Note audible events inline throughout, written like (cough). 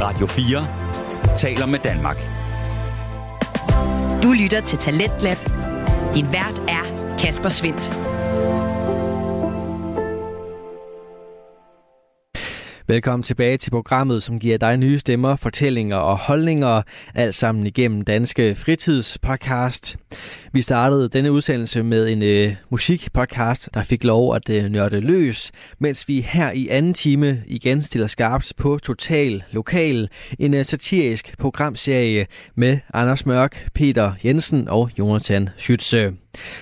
Radio 4 taler med Danmark. Du lytter til Talentlab. Din vært er Kasper Svendt. Velkommen tilbage til programmet, som giver dig nye stemmer, fortællinger og holdninger, alt sammen igennem Danske Fritidspodcast. Vi startede denne udsendelse med en øh, musikpodcast, der fik lov at øh, nørde løs, mens vi her i anden time igen stiller skarpt på Total Lokal, en øh, satirisk programserie med Anders Mørk, Peter Jensen og Jonathan Schütze.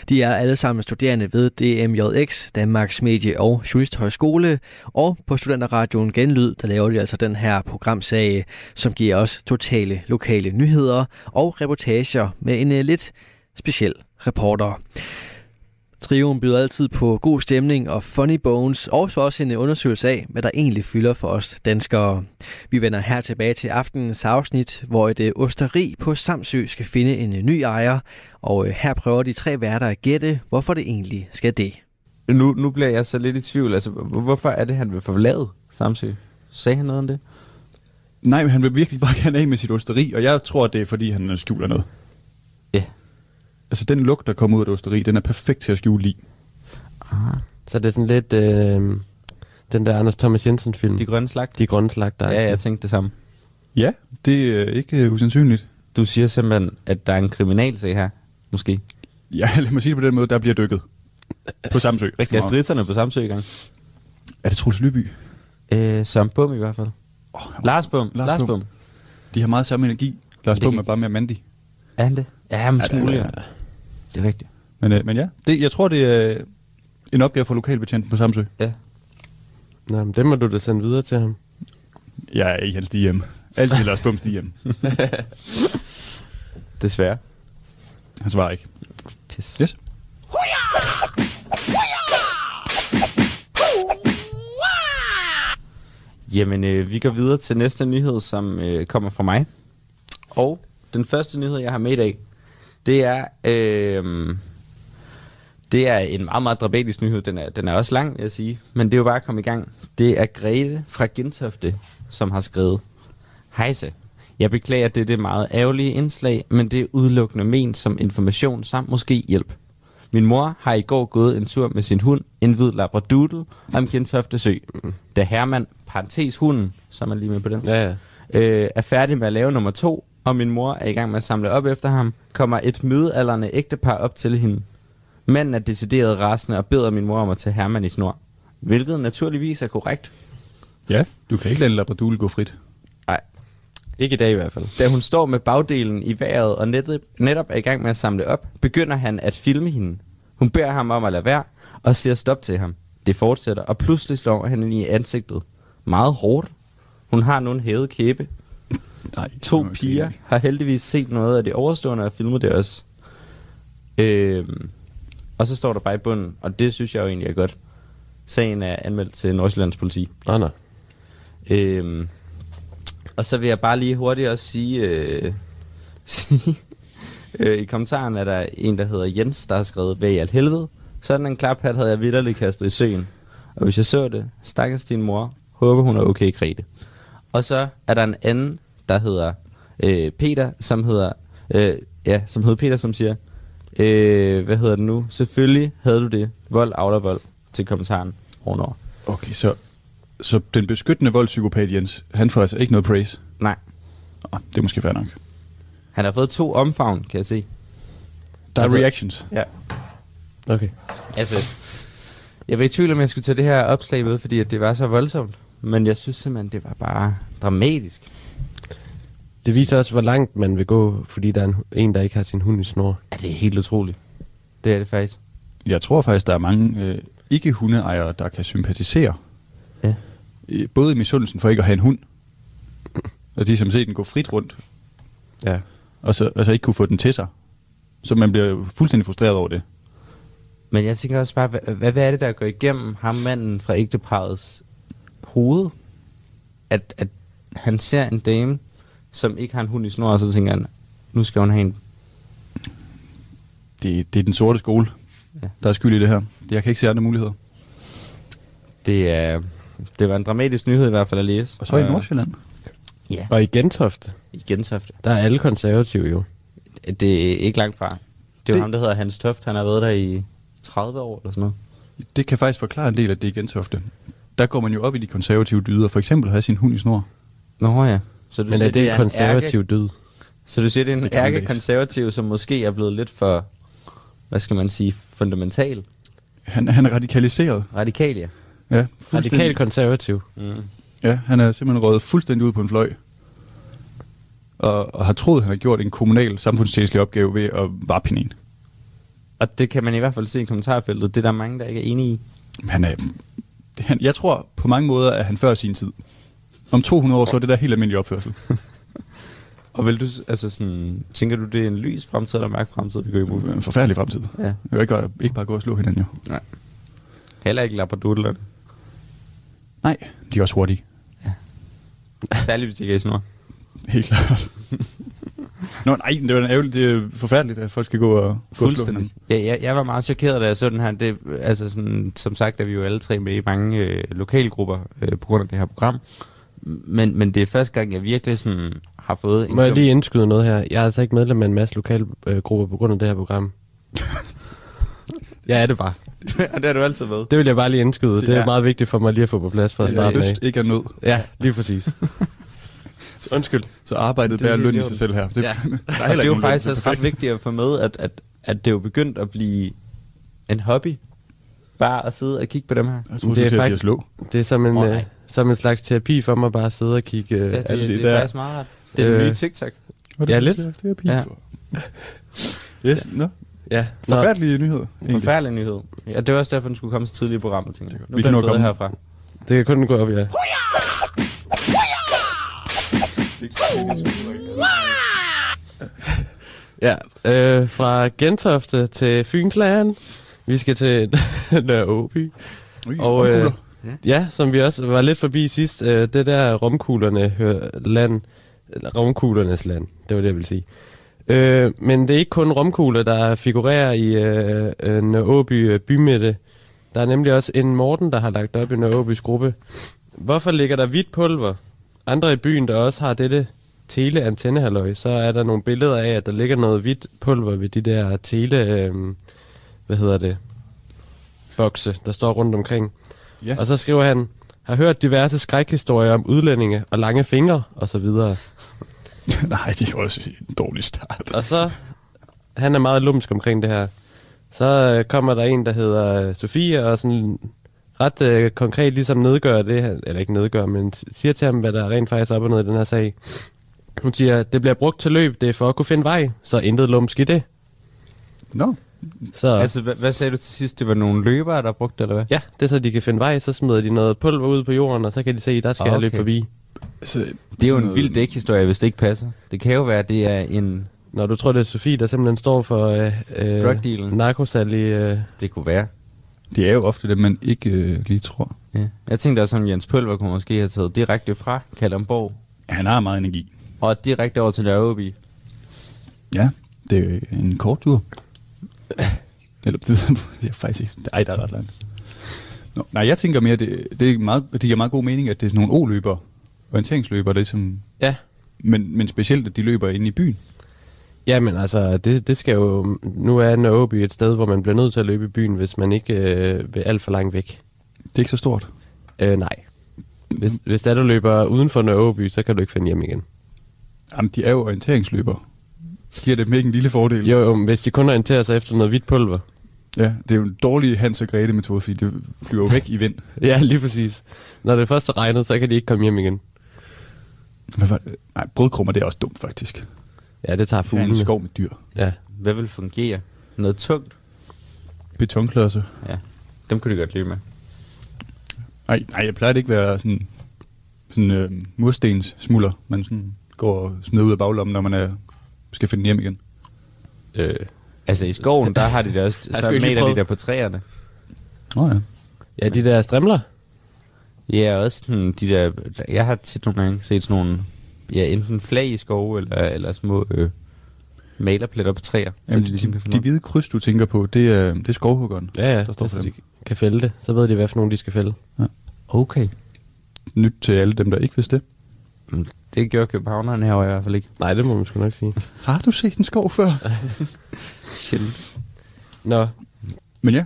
De er alle sammen studerende ved DMJX, Danmarks Medie- og Journalisthøjskole, og på Studenterradioen Genlyd, der laver de altså den her programserie, som giver os totale lokale nyheder og reportager med en øh, lidt speciel reporter. Trioen byder altid på god stemning og funny bones, og så også en undersøgelse af, hvad der egentlig fylder for os danskere. Vi vender her tilbage til aftenens afsnit, hvor et øh, osteri på Samsø skal finde en øh, ny ejer, og øh, her prøver de tre værter at gætte, hvorfor det egentlig skal det. Nu, nu bliver jeg så lidt i tvivl. Altså, hvor- hvorfor er det, han vil forlade Samsø? Sagde han noget om det? Nej, men han vil virkelig bare (laughs) gerne af med sit osteri, og jeg tror, det er, fordi han skjuler noget. Ja. Altså, den lugt, der kommer ud af det osteri, den er perfekt til at skjule i. Så det er sådan lidt øh, den der Anders Thomas Jensen film. De De, grønne slagter? de grønslagter. Ja, jeg tænkte det samme. Ja, det er ikke øh, usandsynligt. Du siger simpelthen, at der er en kriminalsag her, måske. Ja, (laughs) lad mig sige det på den måde, der bliver dykket. På Samsø. Rigtig Skal meget. stridserne på Samsø i gang? Er det Troels Lyby? Øh, Søren Bum i hvert fald. Oh, Lars Bum. Lars Lars, Lars Bum. Bum. De har meget samme energi. Lars Det Bum kan- er bare mere mandig. Er han det? Ja, han smule. ja. Det er rigtigt. Men, øh, men ja, det, jeg tror, det er øh, en opgave for lokalbetjenten på Samsø. Ja. Nå, men det må du da sende videre til ham. Jeg er i hans hjem. Altid Lars Bums hjem. Desværre. Han svarer ikke. Pis. Yes. Jamen, øh, vi går videre til næste nyhed, som øh, kommer fra mig. Og den første nyhed, jeg har med i dag, det er... Øh, det er en meget, meget dramatisk nyhed. Den er, den er også lang, vil jeg sige. Men det er jo bare at komme i gang. Det er Grete fra Gentofte, som har skrevet. Hejse. Jeg beklager det, det meget ærgerlige indslag, men det er udelukkende ment som information samt måske hjælp. Min mor har i går gået en tur med sin hund, en hvid labradoodle, om Gentofte Sø. Da Herman, parentes hunden, så er man lige med på den, Ja, ja. øh, er færdig med at lave nummer to, og min mor er i gang med at samle op efter ham, kommer et midalderne ægtepar op til hende. Manden er decideret rasende og beder min mor om at tage Herman i snor. Hvilket naturligvis er korrekt. Ja, du kan ikke lade en labradul gå frit. Nej, Ikke i dag i hvert fald. Da hun står med bagdelen i vejret og netop, netop er i gang med at samle op, begynder han at filme hende. Hun beder ham om at lade være og siger stop til ham. Det fortsætter, og pludselig slår han hende i ansigtet. Meget hårdt. Hun har nu en hævet kæbe. Nej, To piger har heldigvis set noget af det overstående og filmet det også. Øhm, og så står der bare i bunden, og det synes jeg jo egentlig er godt. Sagen er anmeldt til Nordsjællands politi. Nå, nå. Øhm, og så vil jeg bare lige hurtigt også sige, øh, (laughs) sige øh, i kommentaren er der en, der hedder Jens, der har skrevet, hvad i alt helvede. Sådan en klaphat havde jeg vidderligt kastet i søen. Og hvis jeg så det, stakkels din mor, håber hun er okay, Grete. Og så er der en anden, der hedder øh, Peter, som hedder, øh, ja, som hedder Peter, som siger, øh, hvad hedder det nu? Selvfølgelig havde du det. Vold, afler vold til kommentaren ovenover. Okay, så, så den beskyttende voldspsykopat Jens, han får altså ikke noget praise. Nej, Oh, det er måske fair nok. han har fået to omfavn, kan jeg se. Der er Altså- reactions. Ja. Okay. Altså, jeg var i tvivl om, jeg skulle tage det her opslag med, fordi at det var så voldsomt. Men jeg synes simpelthen, det var bare dramatisk. Det viser også, hvor langt man vil gå, fordi der er en, en der ikke har sin hund i snor. Ja, det er helt utroligt. Det er det faktisk. Jeg tror faktisk, der er mange øh, ikke-hundeejere, der kan sympatisere. Ja. Øh, Både i misundelsen for ikke at have en hund, og de som set den gå frit rundt, Ja. og så altså ikke kunne få den til sig. Så man bliver jo fuldstændig frustreret over det. Men jeg tænker også bare, hvad, hvad, hvad er det, der går igennem ham manden fra ægteparets hoved? At, at han ser en dame, som ikke har en hund i snor, og så tænker han, nu skal hun have en. Det, det er den sorte skole, Ja. ja. der er skyld i det her. Jeg kan ikke se andre muligheder. Det, er, det var en dramatisk nyhed i hvert fald at læse. Og så i Og- Nordsjælland. Ja. Og i Gentofte, I Gentofte. der er alle konservative jo. Det er ikke langt fra. Det er jo Det- ham, der hedder Hans Toft. Han har været der i 30 år eller sådan noget. Det kan faktisk forklare en del af det i Gentofte. Der går man jo op i de konservative dyder. For eksempel at have sin hund i snor. Nå ja. Så du Men siger, er det en en konservativ ærke- dyd? Så du siger, det er en Det kan man læse. ærke-konservativ, som måske er blevet lidt for, hvad skal man sige, fundamental. Han, han er radikaliseret. Radikal, ja. Ja, fuldstændig. Radikal konservativ. Ja, han er simpelthen røget fuldstændig ud på en fløj. Og, og har troet, han har gjort en kommunal samfundstjenestelig opgave ved at varpine en. Og det kan man i hvert fald se i kommentarfeltet. Det er der mange, der ikke er enige i. Men Han er, det- han, jeg tror på mange måder, at han før sin tid. Om 200 år, så er det der helt almindelig opførsel. Og vil du, s- altså sådan, tænker du, det er en lys fremtid eller mærk fremtid, vi går imod? En forfærdelig fremtid. Ja. Det er jo ikke, ikke bare gå og slå hinanden jo. Nej. Heller ikke (laughs) labradoodlerne. Nej, de er også hurtige. Særligt, hvis de ikke er i snor. Helt (laughs) klart. Nå nej, det er, ærgerligt, det er forfærdeligt, at folk skal gå og, gå og slå hinanden. Altså, Ja, jeg, jeg var meget chokeret, da jeg så den her. Det, altså sådan, som sagt er vi jo alle tre med i mange øh, lokalgrupper øh, på grund af det her program. Men, men det er første gang, jeg virkelig sådan, har fået en Må jeg klump- (laughs) lige indskyde noget her? Jeg er altså ikke medlem af en masse lokale øh, grupper på grund af det her (laughs) program. jeg er det bare. Og det har du altid været. Det vil jeg bare lige indskyde. Det er Ja. meget vigtigt for mig lige at få på plads fra Det er starten af. øst ikke er nød, Ja, lige præcis. Så Undskyld. så arbejdet Det er bærer helt løn i i sig selv her. Ja. Det, (laughs) der Altså, Og det heller er ikke jo nogen faktisk løn. også ret vigtigt at få med, at, at, at det er jo begyndt at blive en hobby. Bare at sidde og kigge på dem her. Jeg troede, det er faktisk... slå. det er som en, Åh, oh, nej. øh, som en slags terapi for mig bare at sidde og kigge. Øh, Ja, det, alt det, det det er der. faktisk meget ret. Det er den Øh, nye TikTok. Var Ja, lidt. Det er pige Ja. ja. Yes, ja. Nå. ja. Nå, Forfærdelige nyheder. egentlig. Forfærdelig nyhed. Ja, det var også derfor, den skulle komme så tidligt i programmet, tænker jeg. Nu bliver Vi kan den nå bedre komme. herfra. det kan kun gå op, ja. Ja, øh, fra Gentofte til Fynsland. Vi skal til Nørre Åby. Ui, Og (laughs) øh, omkugler. ja, som vi også var lidt forbi sidst, øh, det der romkuglerne hører land, eller romkuglernes land, det var det, jeg ville sige. Øh, men det er ikke kun romkugler, der figurerer i øh, øh, Nørre Åby øh, bymidte. Der er nemlig også en Morten, der har lagt op i Nørre Åbys gruppe. Hvorfor ligger der hvidt pulver? Andre i byen, der også har dette teleantennehalløj, så er der nogle billeder af, at der ligger noget hvidt pulver ved de der tele... Øh, hvad hedder det? Bokse, der står rundt omkring. Ja. Og så skriver han, har hørt diverse skrækhistorier om udlændinge og lange fingre og så videre. Nej, det er også en dårlig start. Og så, han er meget lumsk omkring det her. Så øh, kommer der en, der hedder øh, Sofie, og sådan ret øh, konkret ligesom nedgør det, han- eller ikke nedgør, men s- siger til ham, hvad der rent faktisk er op og ned i den her sag. Hun siger, det bliver brugt til løb, det er for at kunne finde vej, så intet lumsk i det. Nå, Så, Altså, hvad, hvad sagde du til sidst? Det var nogle løbere, der brugte det, eller hvad? ja, det er så, de kan finde vej, så smider de noget pulver ud på jorden, og så kan de se, der skal okay. jeg løbe Ah, Okay. forbi. altså, Det er jo en vild dækhistorie, hvis det ikke passer. Det kan jo være, at det er en... Når du tror, det er Sofie, der simpelthen står for øh, øh, Drug dealen. narkosal i... Øh, Det kunne være. Det er jo ofte det, man ikke øh, lige tror. Ja. Jeg tænkte også, om Jens Pølver kunne måske have taget direkte fra Kalamborg Han har meget energi. og direkte over til Nørreby. Ja, det er jo en kort tur. Eller, det, (laughs) det er faktisk ikke. Ej, der er ret langt. Nå, nej, jeg tænker mere, det, det, er meget, det giver meget god mening, at det er sådan nogle O-løbere, orienteringsløbere, det er som, ja, men, men specielt, at de løber inde i byen. Jamen altså, det, det skal jo... Nu er Nørreby et sted, hvor man bliver nødt til at løbe i byen, hvis man ikke øh, vil alt for langt væk. Det er ikke så stort. Øh, nej. Hvis, hvis der du løber uden for Nørreby, så kan du ikke finde hjem igen. Jamen, de er jo orienteringsløbere. Giver det dem ikke en lille fordel? Jo, jo, men hvis de kun orienterer sig efter noget hvidt pulver. (laughs) Ja, det er jo en dårlig Hans og Grete metode, fordi det flyver jo væk i vind. Ja, lige præcis. Når det først er regnet, så kan de ikke komme hjem igen. Hvad var det? Nej, brødkrummer, det er også dumt faktisk. Ja, det tager Det er en fuglene. skov med dyr. Ja. Hvad vil fungere? Noget tungt? Betonklodser. Ja, dem kunne de godt leve med. Nej, nej, jeg plejer det ikke at være sådan, sådan øh, murstens smuller, man sådan går og smider ud af baglommen, når man er, skal finde den hjem igen. Øh, Altså i skoven, der har de da også... Jeg Så skulle ikke lige maler de prøve. der på træerne. Nå oh, ja. ja, de der strimler. Ja, også sådan, de der... Jeg har tit nogle gange set sådan nogle... Ja, enten flag i skove, eller, eller små øh, malerpletter på træer. så Jamen, ligesom kan de, finde de, ud af- hvide kryds, du tænker på, det er, det er skovhuggeren. Ja, ja. Der står for altså, de dem. kan fælde det. Så ved de, hvad for nogen de skal fælde. Okay. Nyt til alle dem, der ikke vidste det. Men Mm, Det gjorde københavnerne her i hvert fald ikke. Nej, det må man sgu nok (laughs) sige. Har du set en skov før? Sjældent. Nå, Men ja,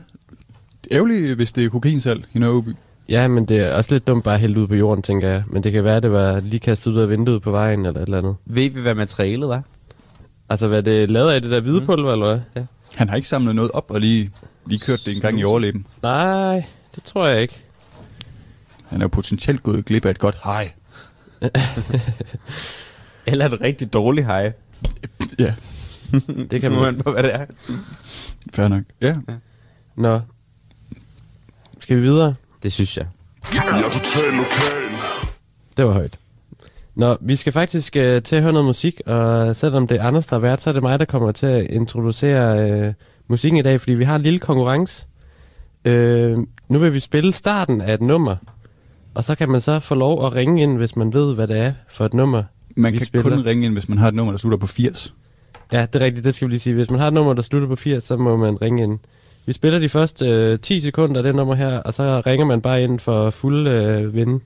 ærgerligt, hvis det er kokainsalg i Nørreby. ja, men det er også lidt dumt bare at hælde ud på jorden, tænker jeg. Men det kan være, det var lige kastet ud af vinduet på vejen eller et eller andet. Ved vi, hvad materialet var? Altså, hvad det er lavet af det der hvide pulver, eller hvad? Han har ikke samlet noget op og lige, lige kørt det en gang i overleben. Nej, det tror jeg ikke. Han er jo potentielt gået glip af et godt hej. Eller et rigtig dårligt hej. Ja, Det kan Mm, Nu man. man på, hvad det er. fair nok. Ja, Nå. Skal vi videre? Det synes jeg. Det var højt. Nå, vi skal faktisk øh, til at høre noget musik, og selvom det er Anders, der er vært, så er det mig, der kommer til at introducere øh, musikken i dag, fordi vi har en lille konkurrence. Øh, nu vil vi spille starten af et nummer, og så kan man så få lov at ringe ind, hvis man ved, hvad det er for et nummer. man vi kan spiller. kun ringe ind, hvis man har et nummer, der slutter på 80. Ja, det er rigtigt, det skal vi lige sige. Hvis man har et nummer, der slutter på 80, så må man ringe ind. Vi spiller de første øh, 10 sekunder af det nummer her, og så ringer man bare ind for fuld øh, vinde.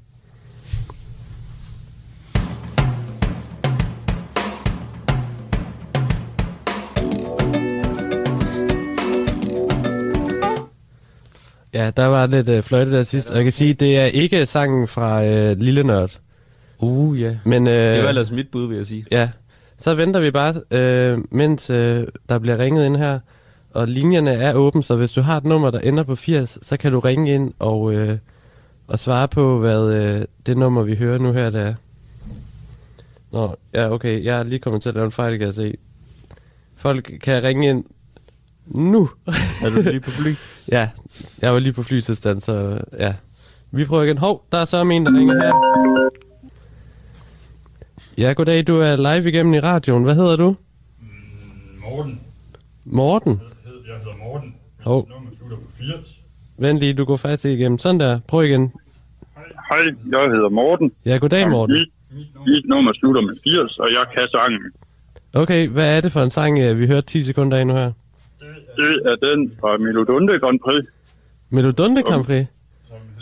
Ja, der var lidt øh, fløjte der sidst, og jeg kan sige, det er ikke sangen fra øh, Lille Nørd. Uh, ja. Yeah. Men, øh, Det var ellers mit bud, vil jeg sige. Ja, så venter vi bare, øh, mens øh, der bliver ringet ind her, og linjerne er åbne, så hvis du har et nummer, der ender på 80, så kan du ringe ind og, øh, og svare på, hvad øh, det nummer, vi hører nu her, det er. Nå, ja, okay, jeg er lige kommet til at lave en fejl, kan jeg se. Folk kan ringe ind nu. Er du lige på fly? (laughs) ja, jeg var lige på flytilstand, så øh, ja. Vi prøver igen. Hov, der er så en, der ringer her. Ja, goddag. Du er live igennem i radioen. Hvad hedder du? Morten. Morten. Hed- Jeg hedder Morten. Mit Hov. nummer slutter på 80. Vent lige, du går faktisk igennem. Sådan der. Prøv igen. Hej, jeg hedder Morten. Ja, goddag, Morten. Mit, mit nummer slutter med 80, og jeg kan sangen. Okay, hvad er det for en sang, øh, vi hørte 10 sekunder af nu her? Det er den fra Melodunde Grand Prix, Melodunde Grand Prix?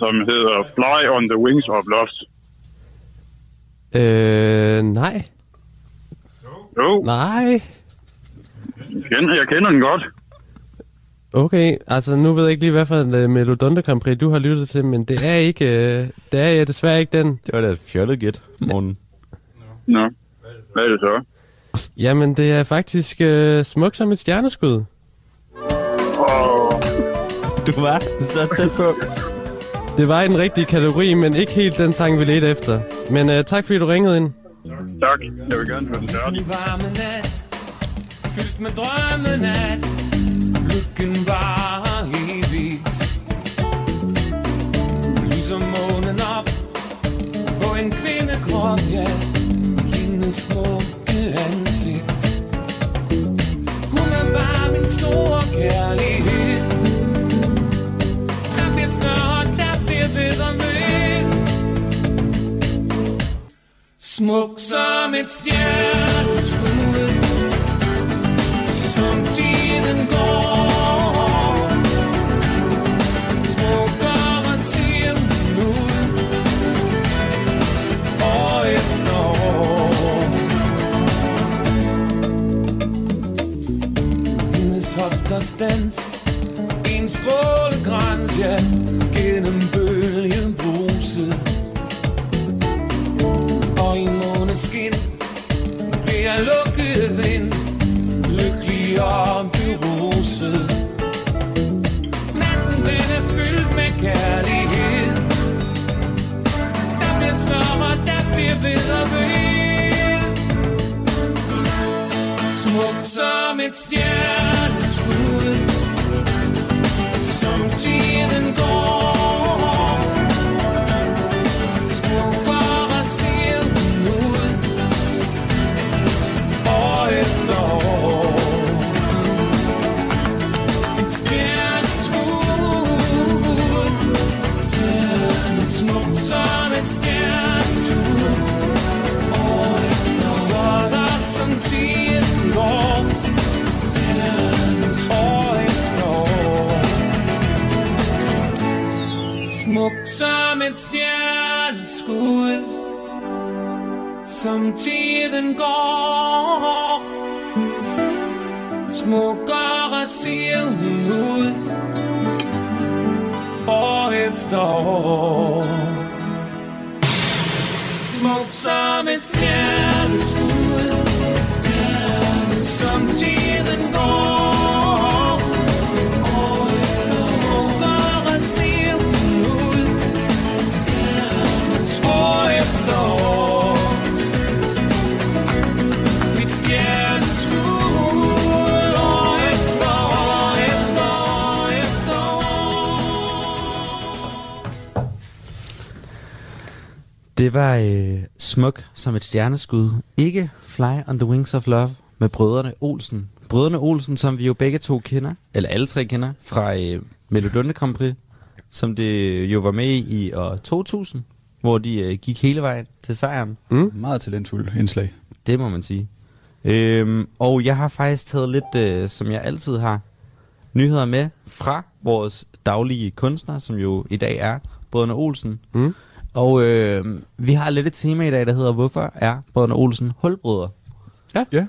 som hedder Fly on the Wings of Love. Øh, nej. Jo, Nej. jeg kender, jeg kender den godt. Okay, altså nu ved jeg ikke lige, hvad for en øh, Melodunde Grand Prix du har lyttet til, men det er ikke, øh, det er ja, desværre ikke den. Det var da et fjollet gæt, morgen. Nå, hvad er det så? Jamen, det er faktisk øh, smuk som et stjerneskud. Og Du var så tæt på. Det var i den rigtige kategori, men ikke helt den sang, vi ledte efter. Men øh, tak, fordi du ringede ind. tak, jeg vil gerne høre den færdig. varme nat Fyldt med drømme nat Lykken var evigt Lyser månen op På en kvindekrop, ja Hendes smukke ansigt Hun er bare min store kærlighed Der bliver snart, der bliver ved og ved Smuk som et stjerneskud Som tiden går Smukkere ser den ud År efter år Hendes hofters dans En strålegrans, ja Gennem bølgen bruset og i måneskin blev jeg lukket ind Lykkelig og beruset Natten den er fyldt med kærlighed Der bliver snart, der bliver ved og ved Smukt som et stjerneskud Som tiden går Tiden går Stjernens år efter år Smuk som et stjerneskud som tiden går. Smukkere ser hun ud, år efter år. Smuk som et stjerneskud, som tiden går. Smukkere ser hun ud, år efter år. Mit stjerneskud, år efter år, efter år, efter år. (laughs) Det var øh, smuk som et stjerneskud. Ikke Fly on the Wings of Love med brødrene Olsen. Brødrene Olsen, som vi jo begge to kender, eller alle tre kender, fra øh, Melodunde Grand Prix, som det jo var med i i år 2000, hvor de øh, gik hele vejen til sejren. Meget talentfuld indslag. Det må man sige. Øhm, og jeg har faktisk taget lidt, øh, som jeg altid har, nyheder med fra vores daglige kunstner, som jo i dag er Brødrene Olsen. Mm. Og øh, vi har lidt et tema i dag, der hedder, hvorfor er Brødrene Olsen hulbrødre? Ja.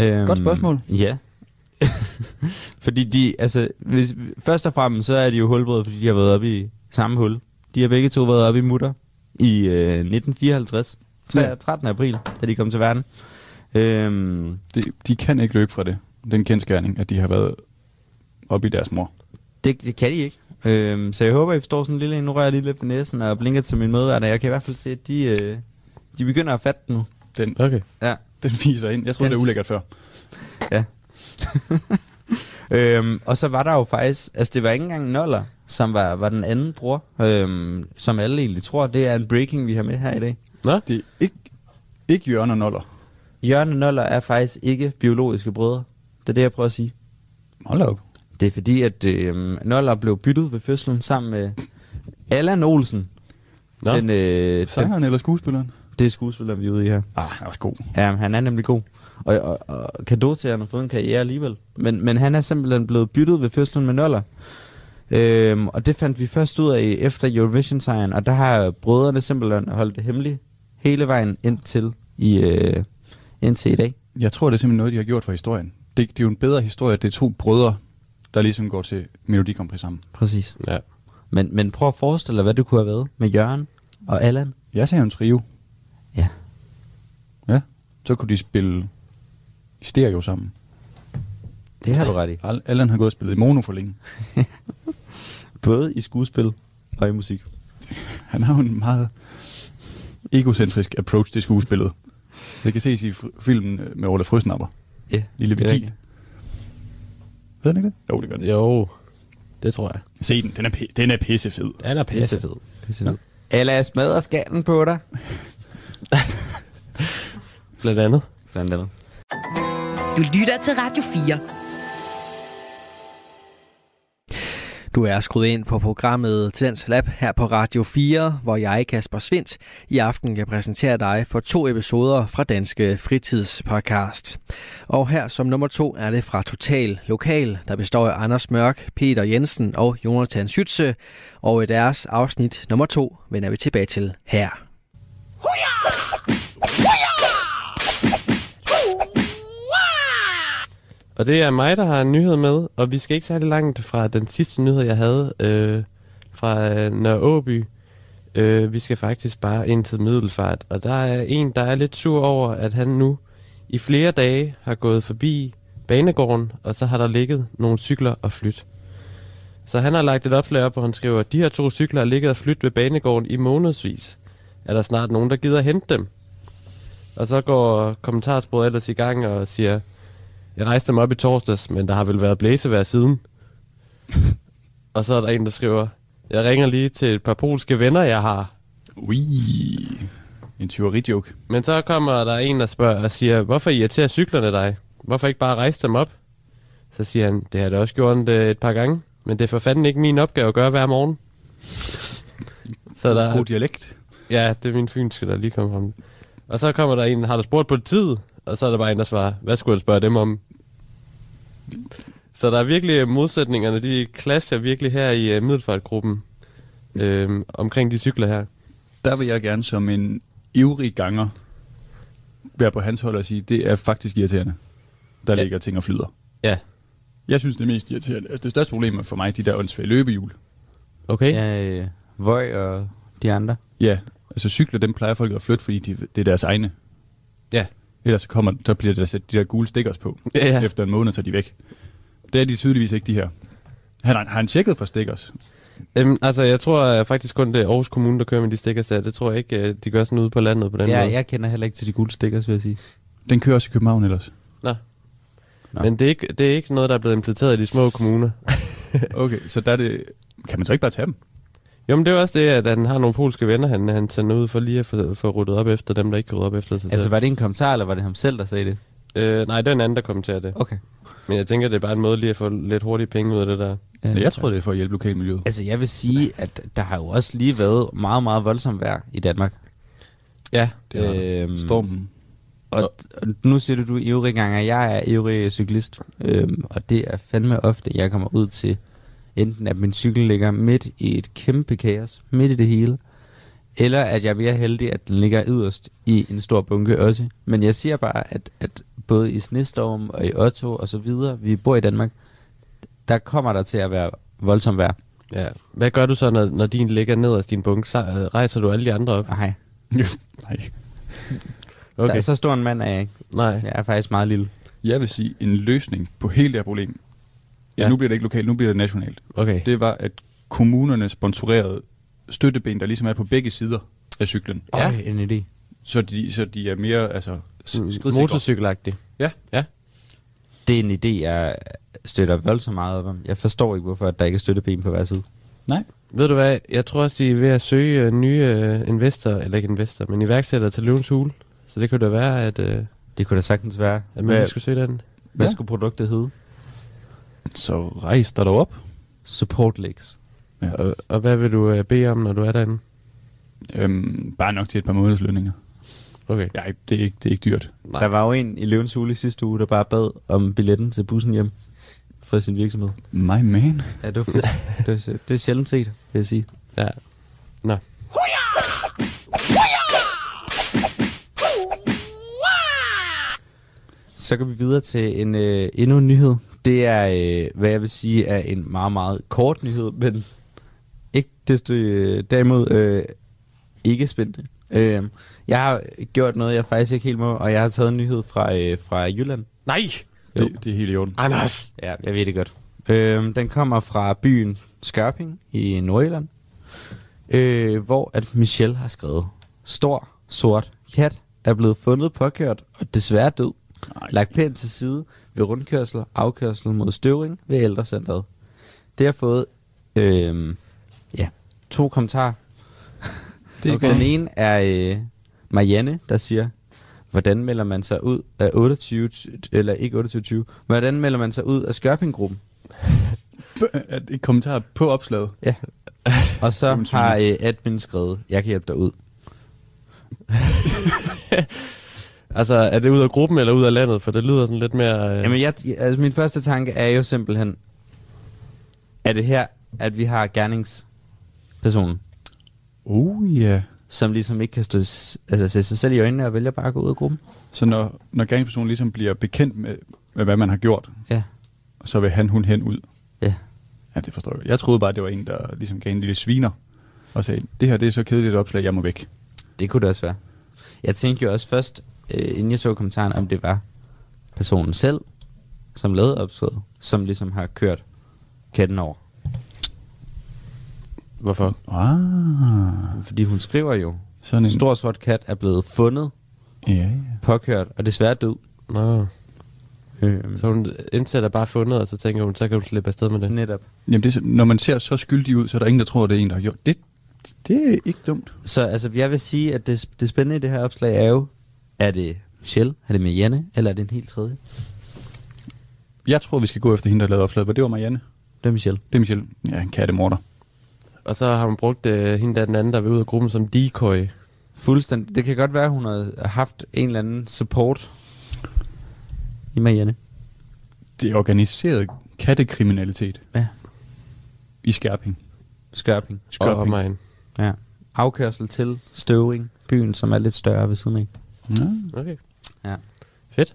Øhm, Godt spørgsmål. Ja. (laughs) fordi de, altså, hvis, først og fremmest, så er de jo hulbrødre, fordi de har været oppe i samme hul. De har begge to været oppe i mutter i øh, 1954, Tre- Ja. 13. april, da de kom til verden. Øhm, De, de kan ikke løbe fra det. Den kendskærning, at de har været oppe i deres mor. det, det kan de ikke. Øhm, så jeg håber, I forstår sådan en lille en. Nu rører jeg lige lidt på næsen og blinker til min medværter. Jeg kan i hvert fald se, at de, øh, de begynder at fatte den nu. Den, Okay. Ja. den viser ind. Jeg tror, Den- det er ulækkert før. Ja. øhm, og så var der jo faktisk, altså det var ikke engang Noller, som var, var den anden bror, øhm, som alle egentlig tror, det er en breaking, vi har med her i dag. Nå? Det er ikke, ikke Jørgen og Noller. Jørgen og Noller er faktisk ikke biologiske brødre. Det er det, jeg prøver at sige. Hold da op. Det er fordi, at øhm, Noller blev byttet ved fødslen sammen med Allan Olsen. Nå. Den, øh, den, Sangeren eller skuespilleren? det er skuespilleren, vi er ude i her. Ah, han er også god. Ja, han er nemlig god. Og, og, og kado til, at han har fået en karriere alligevel. Men, men han er simpelthen blevet byttet ved fødslen med nuller. Øhm, og det fandt vi først ud af efter Eurovision-sejren, og der har brødrene simpelthen holdt det hemmeligt hele vejen indtil i, øh, indtil i dag. Jeg tror, det er simpelthen noget, de har gjort for historien. Det, det er jo en bedre historie, at det er to brødre, der ligesom går til Melodi Grand Prix sammen. Præcis. Ja. Men, men prøv at forestille dig, hvad det kunne have været med Jørgen og Allan. Jeg sagde jo en trio. Ja. Ja. Så kunne de spille i stereo sammen. Det har du ret i. Al- Allan har gået og spillet i mono for længe. Både i skuespil og i musik. Han har jo en meget egocentrisk approach til skuespillet. Det kan ses i fr- filmen øh, med Ola Frøsnapper. Ja, Lille det er Vigil. Hedder den ikke det? Jo, det gør den. Jo, det tror jeg. Se den, den er, pi- den er pissefed. Den er pisse. Pissefed. Pissefed. Eller jeg smadrer skatten på dig. Blandt andet. Blandt andet. Du lytter til Radio 4. Du er skruet ind på programmet Tidens Lab her på Radio 4, hvor jeg, Kasper Svindt, i aften kan præsentere dig for to episoder fra Danske Fritidspodcast. Og her som nummer to er det fra Total Lokal, der består af Anders Mørk, Peter Jensen og Jonathan Schütze. Og i deres afsnit nummer to vender vi tilbage til her. Og det er mig, der har en nyhed med, og vi skal ikke særlig langt fra den sidste nyhed, jeg havde øh, fra øh, Nørre Åby. Øh, vi skal faktisk bare ind til Middelfart, og der er en, der er lidt sur over, at han nu i flere dage har gået forbi banegården, og så har der ligget nogle cykler og flyt. Så han har lagt et opslag op, hvor han skriver, de her to cykler har ligget og flyttet ved banegården i månedsvis. Er der snart nogen, der gider hente dem? Og så går kommentarsporet ellers i gang og siger, jeg rejste dem op i torsdags, men der har vel været blæsevejr (laughs) siden. og så er der en, der skriver, jeg ringer lige til et par polske venner, jeg har. Ui. En tyveri-joke. Men så kommer der en, der spørger og siger, hvorfor irriterer cyklerne dig? Hvorfor ikke bare rejse dem op? Så siger han, det har jeg da også gjort øh, et par gange, men det er for fanden ikke min opgave at gøre hver morgen. så der, God dialekt. Ja, det er min fynske, der lige kom frem. Og så kommer der en, har du spurgt politiet? Og så er der bare en, der svarer, hvad skulle jeg spørge dem om? Så der er virkelig øh, modsætningerne, de clasher virkelig her i uh, Middelfartgruppen øhm, omkring de cykler her. Der vil jeg gerne som en ivrig ganger være på hans hold og sige, det er faktisk irriterende, der Ja. ligger ting og flyder. Ja. Jeg synes, det er mest irriterende. Altså, det største problem er for mig, de der åndssvage løbehjul. Okay? Ja. Ja, øh, Vøj og de andre. Ja, altså cykler, dem plejer folk at flytte, fordi de, det er deres egne. Ja. Ellers så kommer, så bliver der sat de der gule stickers på. Ja, ja. Efter en måned, så er de væk. Det er de tydeligvis ikke, de her. Han, har han tjekket for stickers? Øhm, altså, jeg tror øh, faktisk kun, det er Aarhus Kommune, der kører med de stikker der. Det tror jeg ikke, øh, de gør sådan ude på landet på den Ja, måde. jeg kender heller ikke til de gule stickers, vil jeg sige. Den kører også i København (laughs) ellers. Nå. Nå. Men det er, ikke, det er ikke noget, der er blevet implementeret i de små kommuner. Okay, så der er det... Kan man så ikke bare tage dem? Jo, men det er jo også det, at han har nogle polske venner, han, han sender ud for lige at få, få ryddet op efter dem, der ikke kan rydde op efter sig Altså, selv. var det en kommentar, eller var det ham selv, der sagde det? Øh, nej, det er en anden, der kommenterer det. Okay. Men jeg tænker, det er bare en måde lige at få lidt hurtige penge ud af det der. Ja, jeg tror, det er øh, for at hjælpe lokalmiljøet. Altså, jeg vil sige, at der har jo også lige været meget, meget voldsomt vejr i Danmark. Ja. Det er Øhm, Stormen. Og, og nu siger du, du er ivrig gang, og jeg er ivrig cyklist. Øhm, og det er fandme ofte, jeg kommer ud til, enten at min cykel ligger midt i et kæmpe kaos, midt i det hele, eller at jeg er mere heldig, at den ligger yderst i en stor bunke også. Men jeg siger bare, at, at både i snestorm og i Otto og så videre, vi bor i Danmark, der kommer der til at være voldsomt vejr. ja. Hvad gør du så, når, når din ligger nederst i din bunke? Så øh, rejser du alle de andre op? Nej, (laughs) Nej. okay. der Okay. er så stor en mand er jeg ikke. Nej. Jeg er faktisk meget lille. Jeg vil sige, en løsning på hele det her problem, ja, Ja. nu bliver det ikke lokalt, nu bliver det nationalt, Okay. det var, at kommunerne sponsorerede støtteben, der ligesom er på begge sider af cyklen. Ja. Øj, en idé. Så de, så de er mere altså, s- skridsikre. Motorcykelagtigt. Ja. Mm, Ja. Det er en idé, jeg støtter voldsomt meget op om. Jeg forstår ikke, hvorfor at der ikke er støtteben på hver side. Nej. Ved du hvad, jeg tror også, de er ved at søge øh, nye øh, investorer, eller ikke investorer, men iværksættere til Løvens Hule. Så det kunne da være, at, øh, Det kunne da sagtens være. at man Hvad- lige skulle søge den. Hvad Ja. skulle produktet hedde? Så rejs dig dog op. Support legs. Og, og hvad vil du øh, bede om, når du er derinde? Øhm, bare nok til et par måneders lønninger. Okay. Ja, ikke- det er ikke, det er ikke dyrt. Nej. Der var jo en i Løvens Hule i sidste uge, der bare bad om billetten til bussen hjem fra sin virksomhed. My man. Ja, det var fedt. (laughs) det, var, sjæ- det er sjældent set, vil jeg sige. Ja. Nå. Så går vi videre til en øh, endnu en nyhed. Det er, øh, hvad jeg vil sige, er en meget, meget kort nyhed, men ikke desto øh, derimod øh, ikke spændende. Øh, jeg har gjort noget, jeg faktisk ikke helt må, og jeg har taget en nyhed fra, øh, fra Jylland. Nej! Jo. Det, det er helt i orden. Anders! Ja, jeg ved det godt. Øh, den kommer fra byen Skørping i Nordjylland, øh, hvor at Michelle har skrevet, Stor sort kat er blevet fundet påkørt og desværre død. Ej. Lagt pænt til side ved rundkørsel, afkørsel mod støvring ved ældrecentret. Det har fået øh, ja, to kommentarer. Det er Okay. okay. Den ene er øh, Marianne, der siger, hvordan melder man sig ud af 28, t- eller ikke 28, 20, hvordan melder man sig ud af Skørpinggruppen? Er det et kommentar på opslaget? (laughs) Ja. Og så Undskyld. har øh, admin skrevet, jeg kan hjælpe dig ud. Altså, er det ud af gruppen eller ud af landet? For det lyder sådan lidt mere... Øh... Jamen, jeg, altså, min første tanke er jo simpelthen, er det her, at vi har gerningspersonen, Oh ja. Yeah. som ligesom ikke kan stå, s- altså, se sig selv i øjnene og vælger bare at gå ud af gruppen? Så når, når gerningspersonen ligesom bliver bekendt med, med, hvad man har gjort, Ja, så vil han hun hen ud. ja. Ja, det forstår jeg. Jeg troede bare, det var en, der ligesom gav en lille sviner og sagde, det her det er så kedeligt et opslag, jeg må væk. Det kunne det også være. Jeg tænkte jo også først, øh, inden jeg så kommentaren, om det var personen selv, som lavede opslaget, som ligesom har kørt katten over. Hvorfor? Ah, Fordi hun skriver jo, sådan en en... stor sort kat er blevet fundet, Ja, ja. påkørt og desværre død. Nå. Øhm, Så hun indsætter bare fundet, og så tænker hun, så kan hun slippe afsted med det. netop. Jamen, det, er så- når man ser så skyldig ud, så er der ingen, der tror, det er en, der har gjort det. Det er ikke dumt. Så altså, jeg vil sige, at det, det spændende i det her opslag er jo, er det Michelle, er det Marianne, eller er det en helt tredje? Jeg tror, vi skal gå efter hende, der lavede opslaget, for det var Marianne. Det er Michelle. Det er Michelle. Ja, en kattemorder. Og så har hun brugt øh, hende der den anden, der vil ud af gruppen som decoy. Fuldstændig. Det kan godt være, at hun har haft en eller anden support i Marianne. Det er organiseret kattekriminalitet Ja. i Skærping. Skørping. Og Skørping. omegn. Ja. Afkørsel til Støvring, byen, som er lidt større ved siden af. Ja. Okay. Ja. Fedt.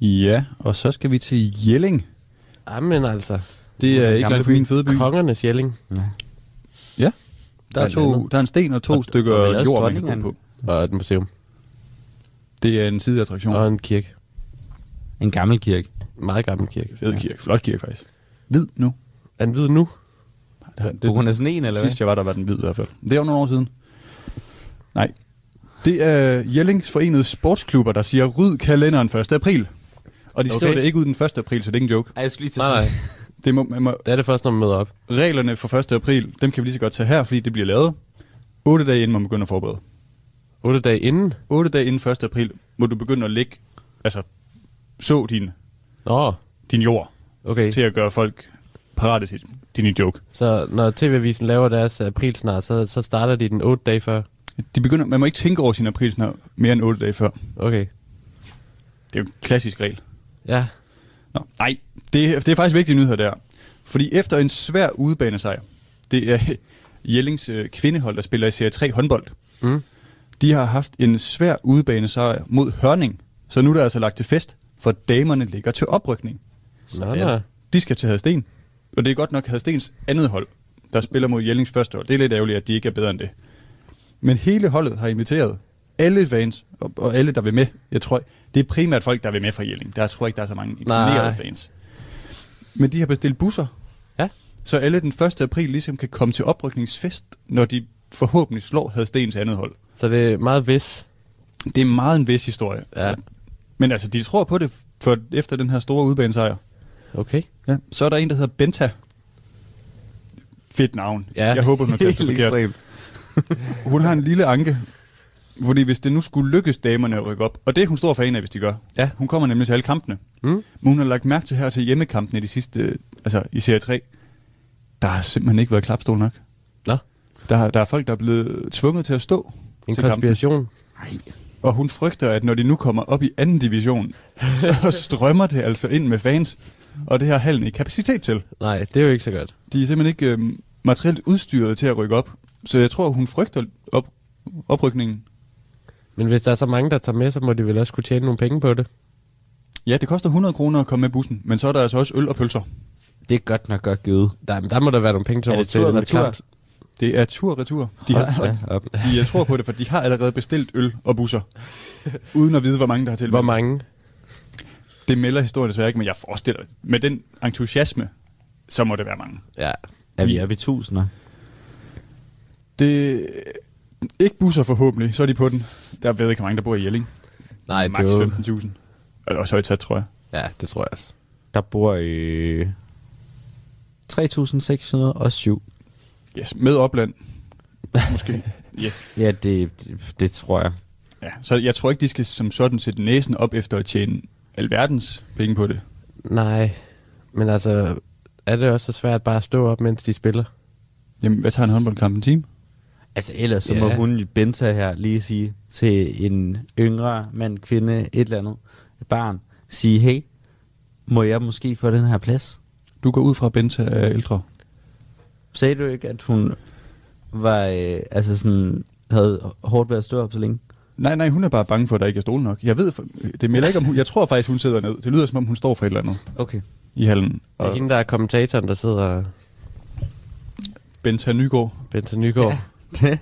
Ja, og så skal vi til Jelling. Jamen altså. Det er ikke Gamle langt fra min fødeby. Kongernes Jelling. Ja, der er, Blandt to, andet. der er en sten og to Og- stykker og ellers jord, man kan dronningen. gå på. Og et museum. Det er en sideattraktion. Og en kirke. En gammel kirke. Meget gammel kirke. Fed kirke, flot kirke faktisk. Hvid nu. Er den hvid nu? Det, På grund af sneen, Eller eller Sidst jeg var der, var den hvid i hvert fald. Det er jo nogle år siden. Nej. Det er Jellings Forenede Sportsklubber, der siger, ryd kalenderen 1. april. Og de skriver Okay. det ikke ud den 1. april, så det er ikke en joke. Ej, jeg skulle lige til Nej, nej. Det må, man må, Det er det først, når man møder op. reglerne for 1. april, dem kan vi lige så godt tage her, fordi det bliver lavet 8 dage inden man begynder at forberede. 8 dage inden. 8 dage inden 1. april må du begynde at lægge, altså så din, Nå, din jord okay. til at gøre folk parate til din nye joke. Så når TV-avisen laver deres aprilsnar, så, så starter de den 8 dage før. De begynder, man må ikke tænke over sin aprilsnar mere end 8 dage før. Okay. Det er jo en klassisk regel. Ja. Nå, nej, det, det er faktisk vigtige nyheder der. Fordi efter en svær udebanesejr, det er (laughs) Jellings øh, kvindehold, der spiller i Serie 3 håndbold. Mm. De har haft en svær udebanesejr mod Hørning, så nu er der altså lagt til fest, for damerne ligger til oprykning. Nå, nå. De skal til Hadsten, og det er godt nok Hadstens andet hold, der spiller mod Jellings første hold. Det er lidt ærgerligt, at de ikke er bedre end det. Men hele holdet har inviteret alle fans, og, og alle, der vil med. Jeg tror, det er primært folk, der vil med fra Jelling. Der tror jeg ikke, der er så mange imponerede Nej. fans. Men de har bestilt busser, Ja. så alle den 1. april ligesom kan komme til oprykningsfest, når de forhåbentlig slår Hadstens andet hold. Så det er meget vis. Det er meget en vis historie. Ja. Men altså, de tror på det, for efter den her store udbanesejr. Okay. Ja. Så er der en, der hedder Benta. Fedt navn. Ja. Jeg håber, hun har Helt testet forkert. ekstremt. (laughs) Hun har en lille anke. Fordi hvis det nu skulle lykkes damerne at rykke op, og det er hun stor fan af, hvis de gør. Ja. Hun kommer nemlig til alle kampene. Mm. Men hun har lagt mærke til her til hjemmekampene i de sidste, øh, altså i serie 3. Der har simpelthen ikke været klapstol nok. Nå. Der, har- der er folk, der er blevet tvunget til at stå En til kampen. konspiration. Og hun frygter, at når de nu kommer op i anden division, så strømmer det altså ind med fans. Og det har hallen ikke kapacitet til. Nej, det er jo ikke så godt. De er simpelthen ikke øh, materielt udstyret til at rykke op. Så jeg tror, hun frygter op, oprykningen. Men hvis der er så mange, der tager med, så må de vel også kunne tjene nogle penge på det. Ja, det koster 100 kroner at komme med bussen, men så er der altså også øl og pølser. Det er godt nok godt givet. Der, der må der være nogle penge til Er over det til tur den og retur? kamp. Det er tur og retur. De, har, og da op. de, jeg tror på det, for de har allerede bestilt øl og busser. Uden at vide, hvor mange der har til. Hvor mange? Det melder historien desværre ikke, men jeg forestiller mig. Med den entusiasme, så må det være mange. Ja. Er vi oppe i tusinder? Det ikke busser forhåbentlig, så er de på den. Der ved ikke, hvor mange der bor i Jelling. Nej, det Max er jo... 15.000. Eller også højt sat, tror jeg. Ja, det tror jeg også. Der bor øh, 3.607. Yes, med opland. Måske. (laughs) Yes. Ja, det, det, det tror jeg. Ja, så jeg tror ikke, de skal som sådan sætte næsen op efter at tjene alverdens penge på det. Nej, men altså, er det også så svært bare at stå op, mens de spiller? Jamen, hvad tager en håndboldkamp? En time? Altså ellers så må Ja. hun Benta her lige sige til en yngre mand, kvinde, et eller andet et barn, sige, hey, må jeg måske få den her plads? Du går ud fra, at Benta er ældre. Sagde du ikke, at hun var, øh, altså sådan, havde hårdt ved at stå op så længe? Nej, nej, hun er bare bange for, at der ikke er stole nok. Jeg ved, for- det melder ikke om hun, jeg tror faktisk, hun sidder ned. Det lyder, som om hun står for et eller andet Okay. (laughs) i hallen. Det er Og hende, der er kommentatoren, der sidder Benta Nygaard, Bente Nygaard. det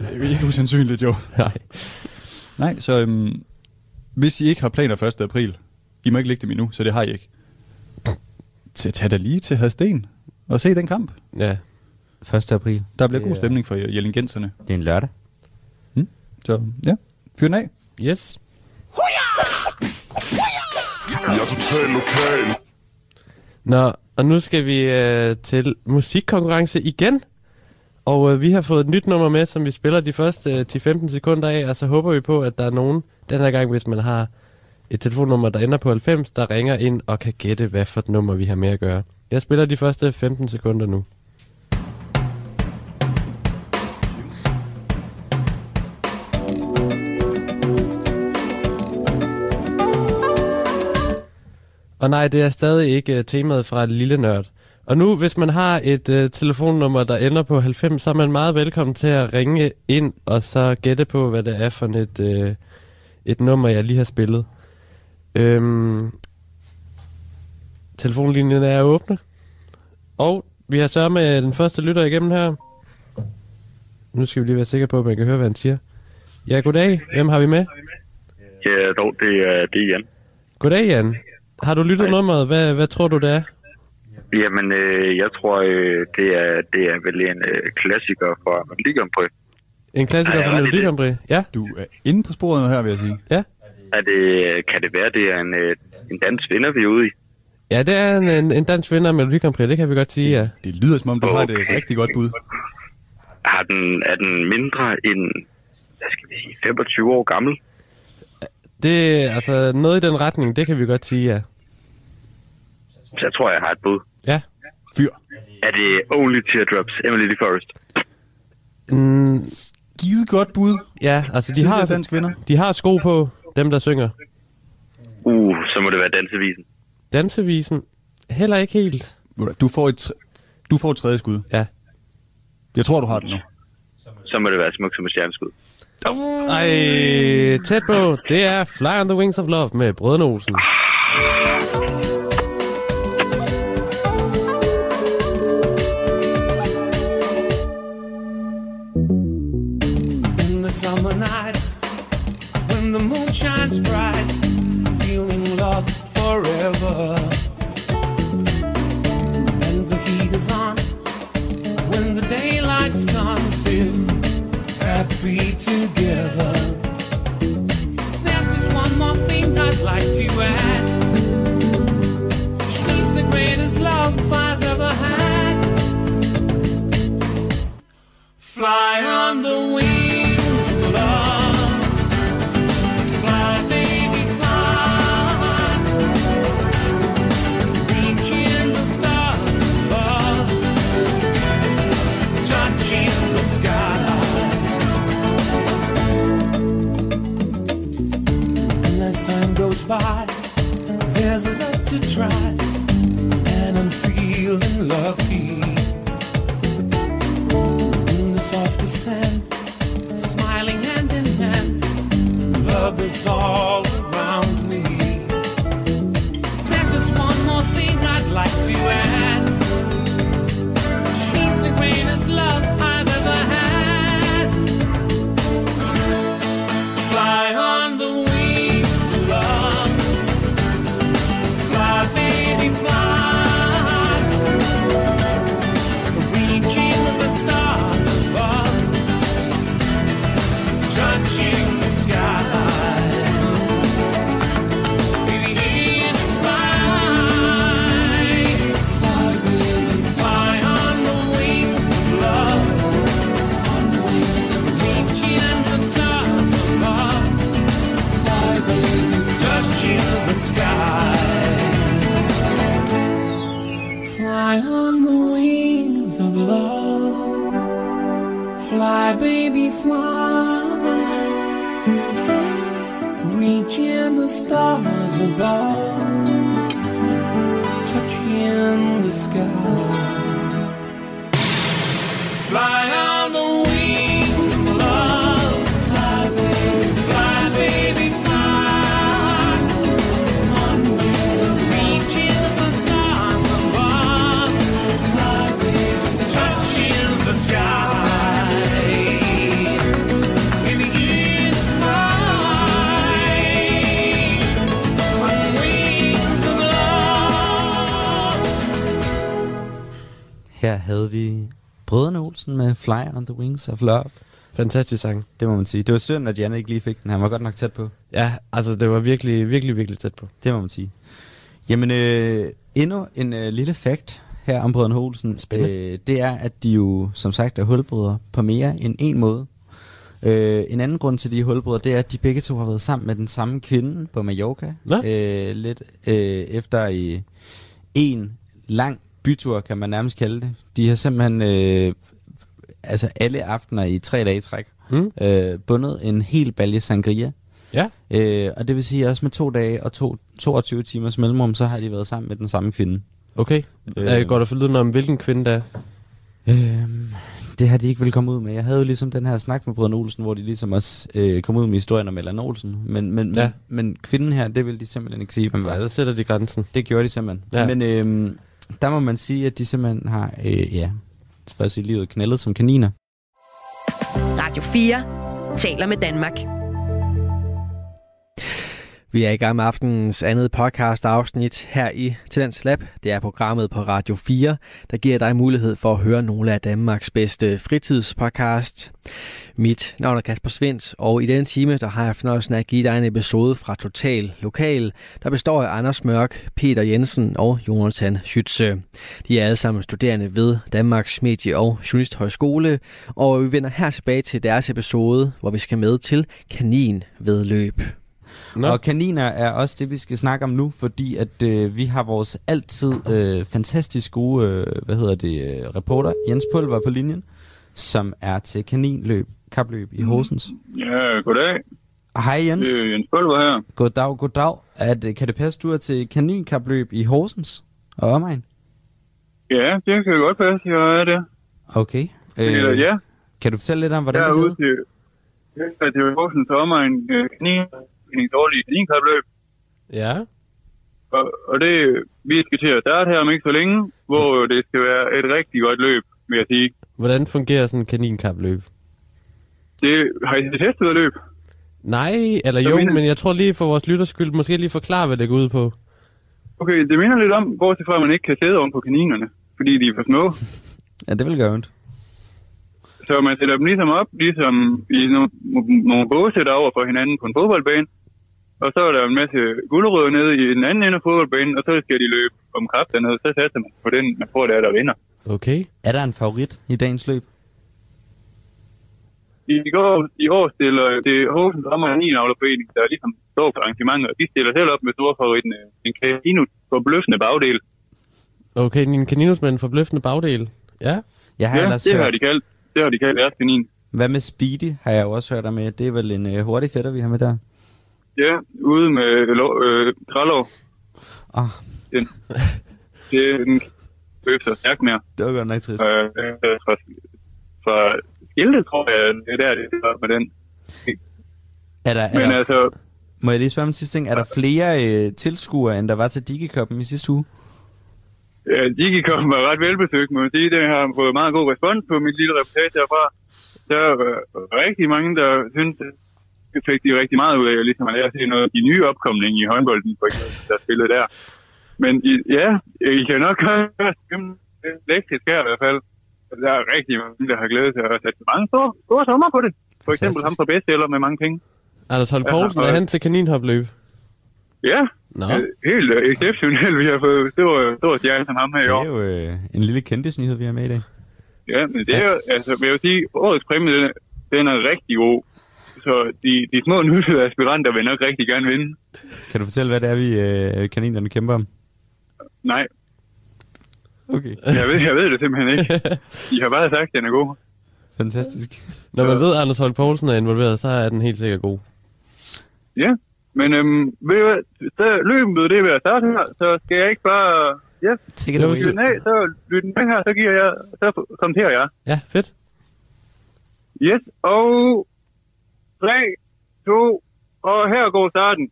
er jo ikke usandsynligt (laughs) jo. Nej. Nej, så øhm, hvis I ikke har planer 1. april, I må ikke lægge dem endnu, så det har I ikke. Så tag da lige til Hadsten og se den kamp. Ja. 1. april. Der bliver Det god er- stemning for Jellingenserne. Det er en lørdag. Så ja, fyr den af. Yes. Jeg er totalt lokal. Nå, og nu skal vi øh, til musikkonkurrence igen. Og øh, vi har fået et nyt nummer med, som vi spiller de første øh, 10-15 sekunder af, og så håber vi på, at der er nogen den her gang, hvis man har et telefonnummer, der ender på 90, der ringer ind og kan gætte, hvad for et nummer vi har med at gøre. Jeg spiller de første 15 sekunder nu. Og nej, det er stadig ikke øh, temaet fra Lille Nørd. Og nu, hvis man har et øh, telefonnummer, der ender på 90, så er man meget velkommen til at ringe ind og så gætte på, hvad det er for et, øh, et nummer, jeg lige har spillet. Øhm, telefonlinjen er åbne. Og vi har så med den første lytter igennem her. Nu skal vi lige være sikre på, at man kan høre, hvad han siger. Ja, goddag. Hvem har vi med? Ja, dog, det er det igen. Goddag, Jan. Har du lyttet nummeret? Hvad, hvad tror du, det er? Jamen, øh, jeg tror, øh, det, er, det er vel en øh, klassiker fra Melodi Grand Prix. En klassiker Ej, fra var det Melodi det? Grand Prix. Ja, Du er inde på sporet her, vil jeg sige. ja. Er det, kan det være, det er en, øh, en dansk vinder, vi er ude i? Ja, det er en, en, en dansk vinder af Melodi Grand Prix, det kan vi godt sige, ja. Det lyder som om, du har et øh, Okay. rigtig godt bud. Har den, er den mindre end, hvad skal vi sige, 25 år gammel? Det er altså noget i den retning, det kan vi godt sige, ja. Så jeg tror, jeg har et bud. Ja. Fyr. Er det Only Teardrops, Emily the Forest? Mm, Givet godt bud. ja, altså de Tidligere har, dansk vinder. de har sko på, dem der synger. Uh, så må det være Dansevisen. Dansevisen, heller ikke helt. Ved du hvad, Du får, et tr- du får et tredje skud. Ja. Jeg tror, du har den nu. Så må det være smuk som et stjerneskud. Ej, tæt på, det er Fly on the Wings of Love med Brødrene Olsen. In the summer nights, when the moon shines bright, feeling love forever. And the heat is on, when the daylight's gone, still happy together. There's just one more thing I'd like to add. She's the greatest love I've ever had. Fly on the wings of love. Fly, baby, fly. Reaching the stars above. Touching the sky. And as time goes by, there's a lot to try. And I'm feeling lucky in the soft descent, smiling hand in hand. Love is all around me. There's just one more thing I'd like to add. She's the greatest love I've ever had. Fly on the wings of love. Fly, baby, fly reaching the stars above, touching the sky. Baby, in the sky, I will fly on the wings of love, on the wings of reaching the stars above, I will touching the sky. Fly on the wings of love. Fly, baby, fly. Reaching the stars above. Touching the sky. Fly on the wings of love. Fly, baby, fly. Baby, fly. Her havde vi Brødrene Olsen med Fly on the Wings of Love. Fantastisk sang. Det må man sige. Det var synd, at Jan ikke lige fik den. Han var godt nok tæt på. Ja, altså det var virkelig, virkelig, virkelig tæt på. Det må man sige. Jamen, øh, endnu en øh, lille fact her om Brødrene Olsen. Spændende. Øh, det er, at de jo som sagt er hulbrødre på mere end en måde. Øh, en anden grund til, at de er hulbrødre, det er, at de begge to har været sammen med den samme kvinde på Mallorca. Nå. Øh, lidt øh, efter i en lang bytur, kan man nærmest kalde det. De har simpelthen øh, altså alle aftener i tre dage i træk Mm. øh, bundet en hel balje sangria. Ja. Øh, og det vil sige, at også med to dage og to, 22 timers mellemrum, så har de været sammen med den samme kvinde. Okay. Øh. Går der forlyden om, hvilken kvinde det er? Øhm, det har de ikke vil komme ud med. Jeg havde jo ligesom den her snak med Brødrene Olsen, hvor de ligesom også øh, kom ud med historien om Allan Olsen. Men, men, Ja. ja. men, men kvinden her, det ville de simpelthen ikke sige, hvem var. Ja, der sætter de grænsen. Det gjorde de simpelthen. Ja. Ja. Men øhm, der må man sige, at de simpelthen har, øh, ja, først i livet knaldet som kaniner. Radio 4 taler med Danmark. Vi er i gang med aftenens andet podcast afsnit her i Talents Lab. Det er programmet på Radio 4, der giver dig mulighed for at høre nogle af Danmarks bedste fritidspodcast. Mit navn er Kasper Svendt, og i denne time der har jeg fornøjelsen af at give dig en episode fra Total Lokal, der består af Anders Mørk, Peter Jensen og Jonathan Schütze. De er alle sammen studerende ved Danmarks Medie- og Journalisthøjskole, og vi vender her tilbage til deres episode, hvor vi skal med til kaninvedløb. Nå. Og kaniner er også det, vi skal snakke om nu, fordi at øh, vi har vores altid øh, fantastisk gode, øh, hvad hedder det, øh, reporter, Jens Pulver på linjen, som er til kaninløb, kapløb Mhm. i Horsens. Ja, goddag. Og Hej Jens. Det er Jens Pølver her. Goddag, goddag. At, øh, kan det passe, du er til kaninkapløb i Horsens og omegn? Ja, det kan godt passe, jeg er der. Okay. Øh, ja, Kan du fortælle lidt om, hvordan jeg det er ser ude ud? til, ja, det er Horsens sommer en øh, kanin, en dårlig kaninkapløb. Ja. Og, og det, øh, vi skal til at starte her om ikke så længe, hvor det skal være et rigtig godt løb, vil jeg sige. Hvordan fungerer sådan en kaninkapløb? Det har I testet løb. Nej, eller jo, mener- men jeg tror lige for vores lytters skyld, måske lige forklare, hvad det går ud på. Okay, det minder lidt om, bortset fra, at man ikke kan sidde oven på kaninerne, fordi de er for små. Ja, det vil gøre ondt. Så man sætter dem ligesom op, ligesom i nogle, nogle båsætter over for hinanden på en fodboldbane. Og så er der en masse gulerødder nede i den anden ende af fodboldbanen, og så skal de løbe om kraft dernede. Så satser man på den, man får der, der vinder. Okay. Er der en favorit i dagens løb? I, går, I år stiller det Horsens Rammer 9 afleforening, der ligesom står for arrangementer. De stiller selv op med storfavoritten øh, en Casino på bløffende bagdel. Okay, din kaninus med en forbløffende bagdel. Ja. Jeg har Ja, ellers det hørt. har de kaldt. Det har de kaldt deres kanin. Hvad med Speedy har jeg jo også hørt dig med. Det er vel en øh, hurtig fætter, vi har med der. Ja, ude med øh, lo- øh, trælov. Ah. Den, det, den løb så stærkt mere. Det var godt nok trist. Øh, øh, fra, fra Skilte, tror jeg, det er der, det er med den. Er der, er Men der, altså, må jeg lige spørge om en sidste ting? Er der flere øh, tilskuere, end der var til Digikoppen i sidste uge? ja, de kom var ret velbesøgt, må jeg sige. Den har fået meget god respons på mit lille reportage herfra. Der var rigtig mange, der synes, at det fik de rigtig meget ud af, ligesom at lære at se noget af de nye opkomning i håndbolden, for eksempel, der spillede der. Men I, ja, I kan nok høre stemmen lidt elektrisk her i hvert fald. Altså, Der er rigtig mange, der har glædet sig og sat mange store, store sommer på det. For eksempel Fantastisk. ham fra Bestseller med mange penge. Anders Holm Ja, Poulsen, og- er han til kaninhopløb? Ja, Nå. Øh, helt øh, exceptionelt, vi har fået stor, stor stjerne som ham her i Det år. er jo øh, en lille kendtisnyhed, vi har med i dag. Ja, men det er jo, altså, vil jeg jo sige, årets præmie, den, er- den er rigtig god. Så de, de små nyhedede aspiranter vil nok rigtig gerne vinde. Kan du fortælle, hvad det er, vi øh, kaninerne kæmper om? Nej, Okay. jeg ved, jeg ved det simpelthen ikke. De har bare sagt, at den er god. Fantastisk. Når man ved, at Anders Holm Poulsen er involveret, så er den helt sikkert god. Ja, men øhm, ved I hvad, så løbet det er ved at starte her, så skal jeg ikke bare... Ja, Take it away. lyt den af, så lyt den af her, så giver jeg, så kommenterer jeg. Ja, fedt. Yes, og 3, 2, og her går starten.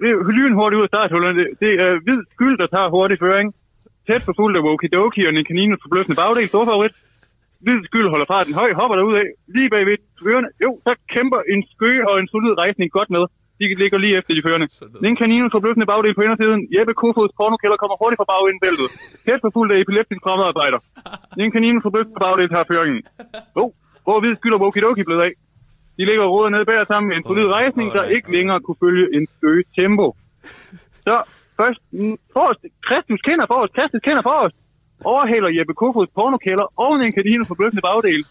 Det er Lynhurtigt ud af starthullerne. Det- Det er hvid skyld, der tager hurtig føring. Tæt på fuld af Wokidoki og Nikaninen forbløffende bagdel. Stor favorit. Hvid skyld holder farten høj, hopper derudad. Lige bagved førende. Jo, så kæmper en skø og en solid rejsning godt med. De ligger lige efter de førende. Nikaninen forbløffende bagdel på indersiden. Jeppe Kofods pornokælder kommer hurtigt fra bagindbæltet. Tæt på fuld af epileptisk fremmedarbejder. Nikaninen forbløffende bagdel tager føringen. Jo, hvor hvid skylder Wokidoki blevet af. De ligger og roder nede bag os sammen med en solid rejsning, der ikke længere kunne følge en øget tempo. Så først mm, forrest, Kristus kender forrest, Kristus kender forrest, overhaler Jeppe Kofods pornokælder oven i en kardine forbløffende bagdel.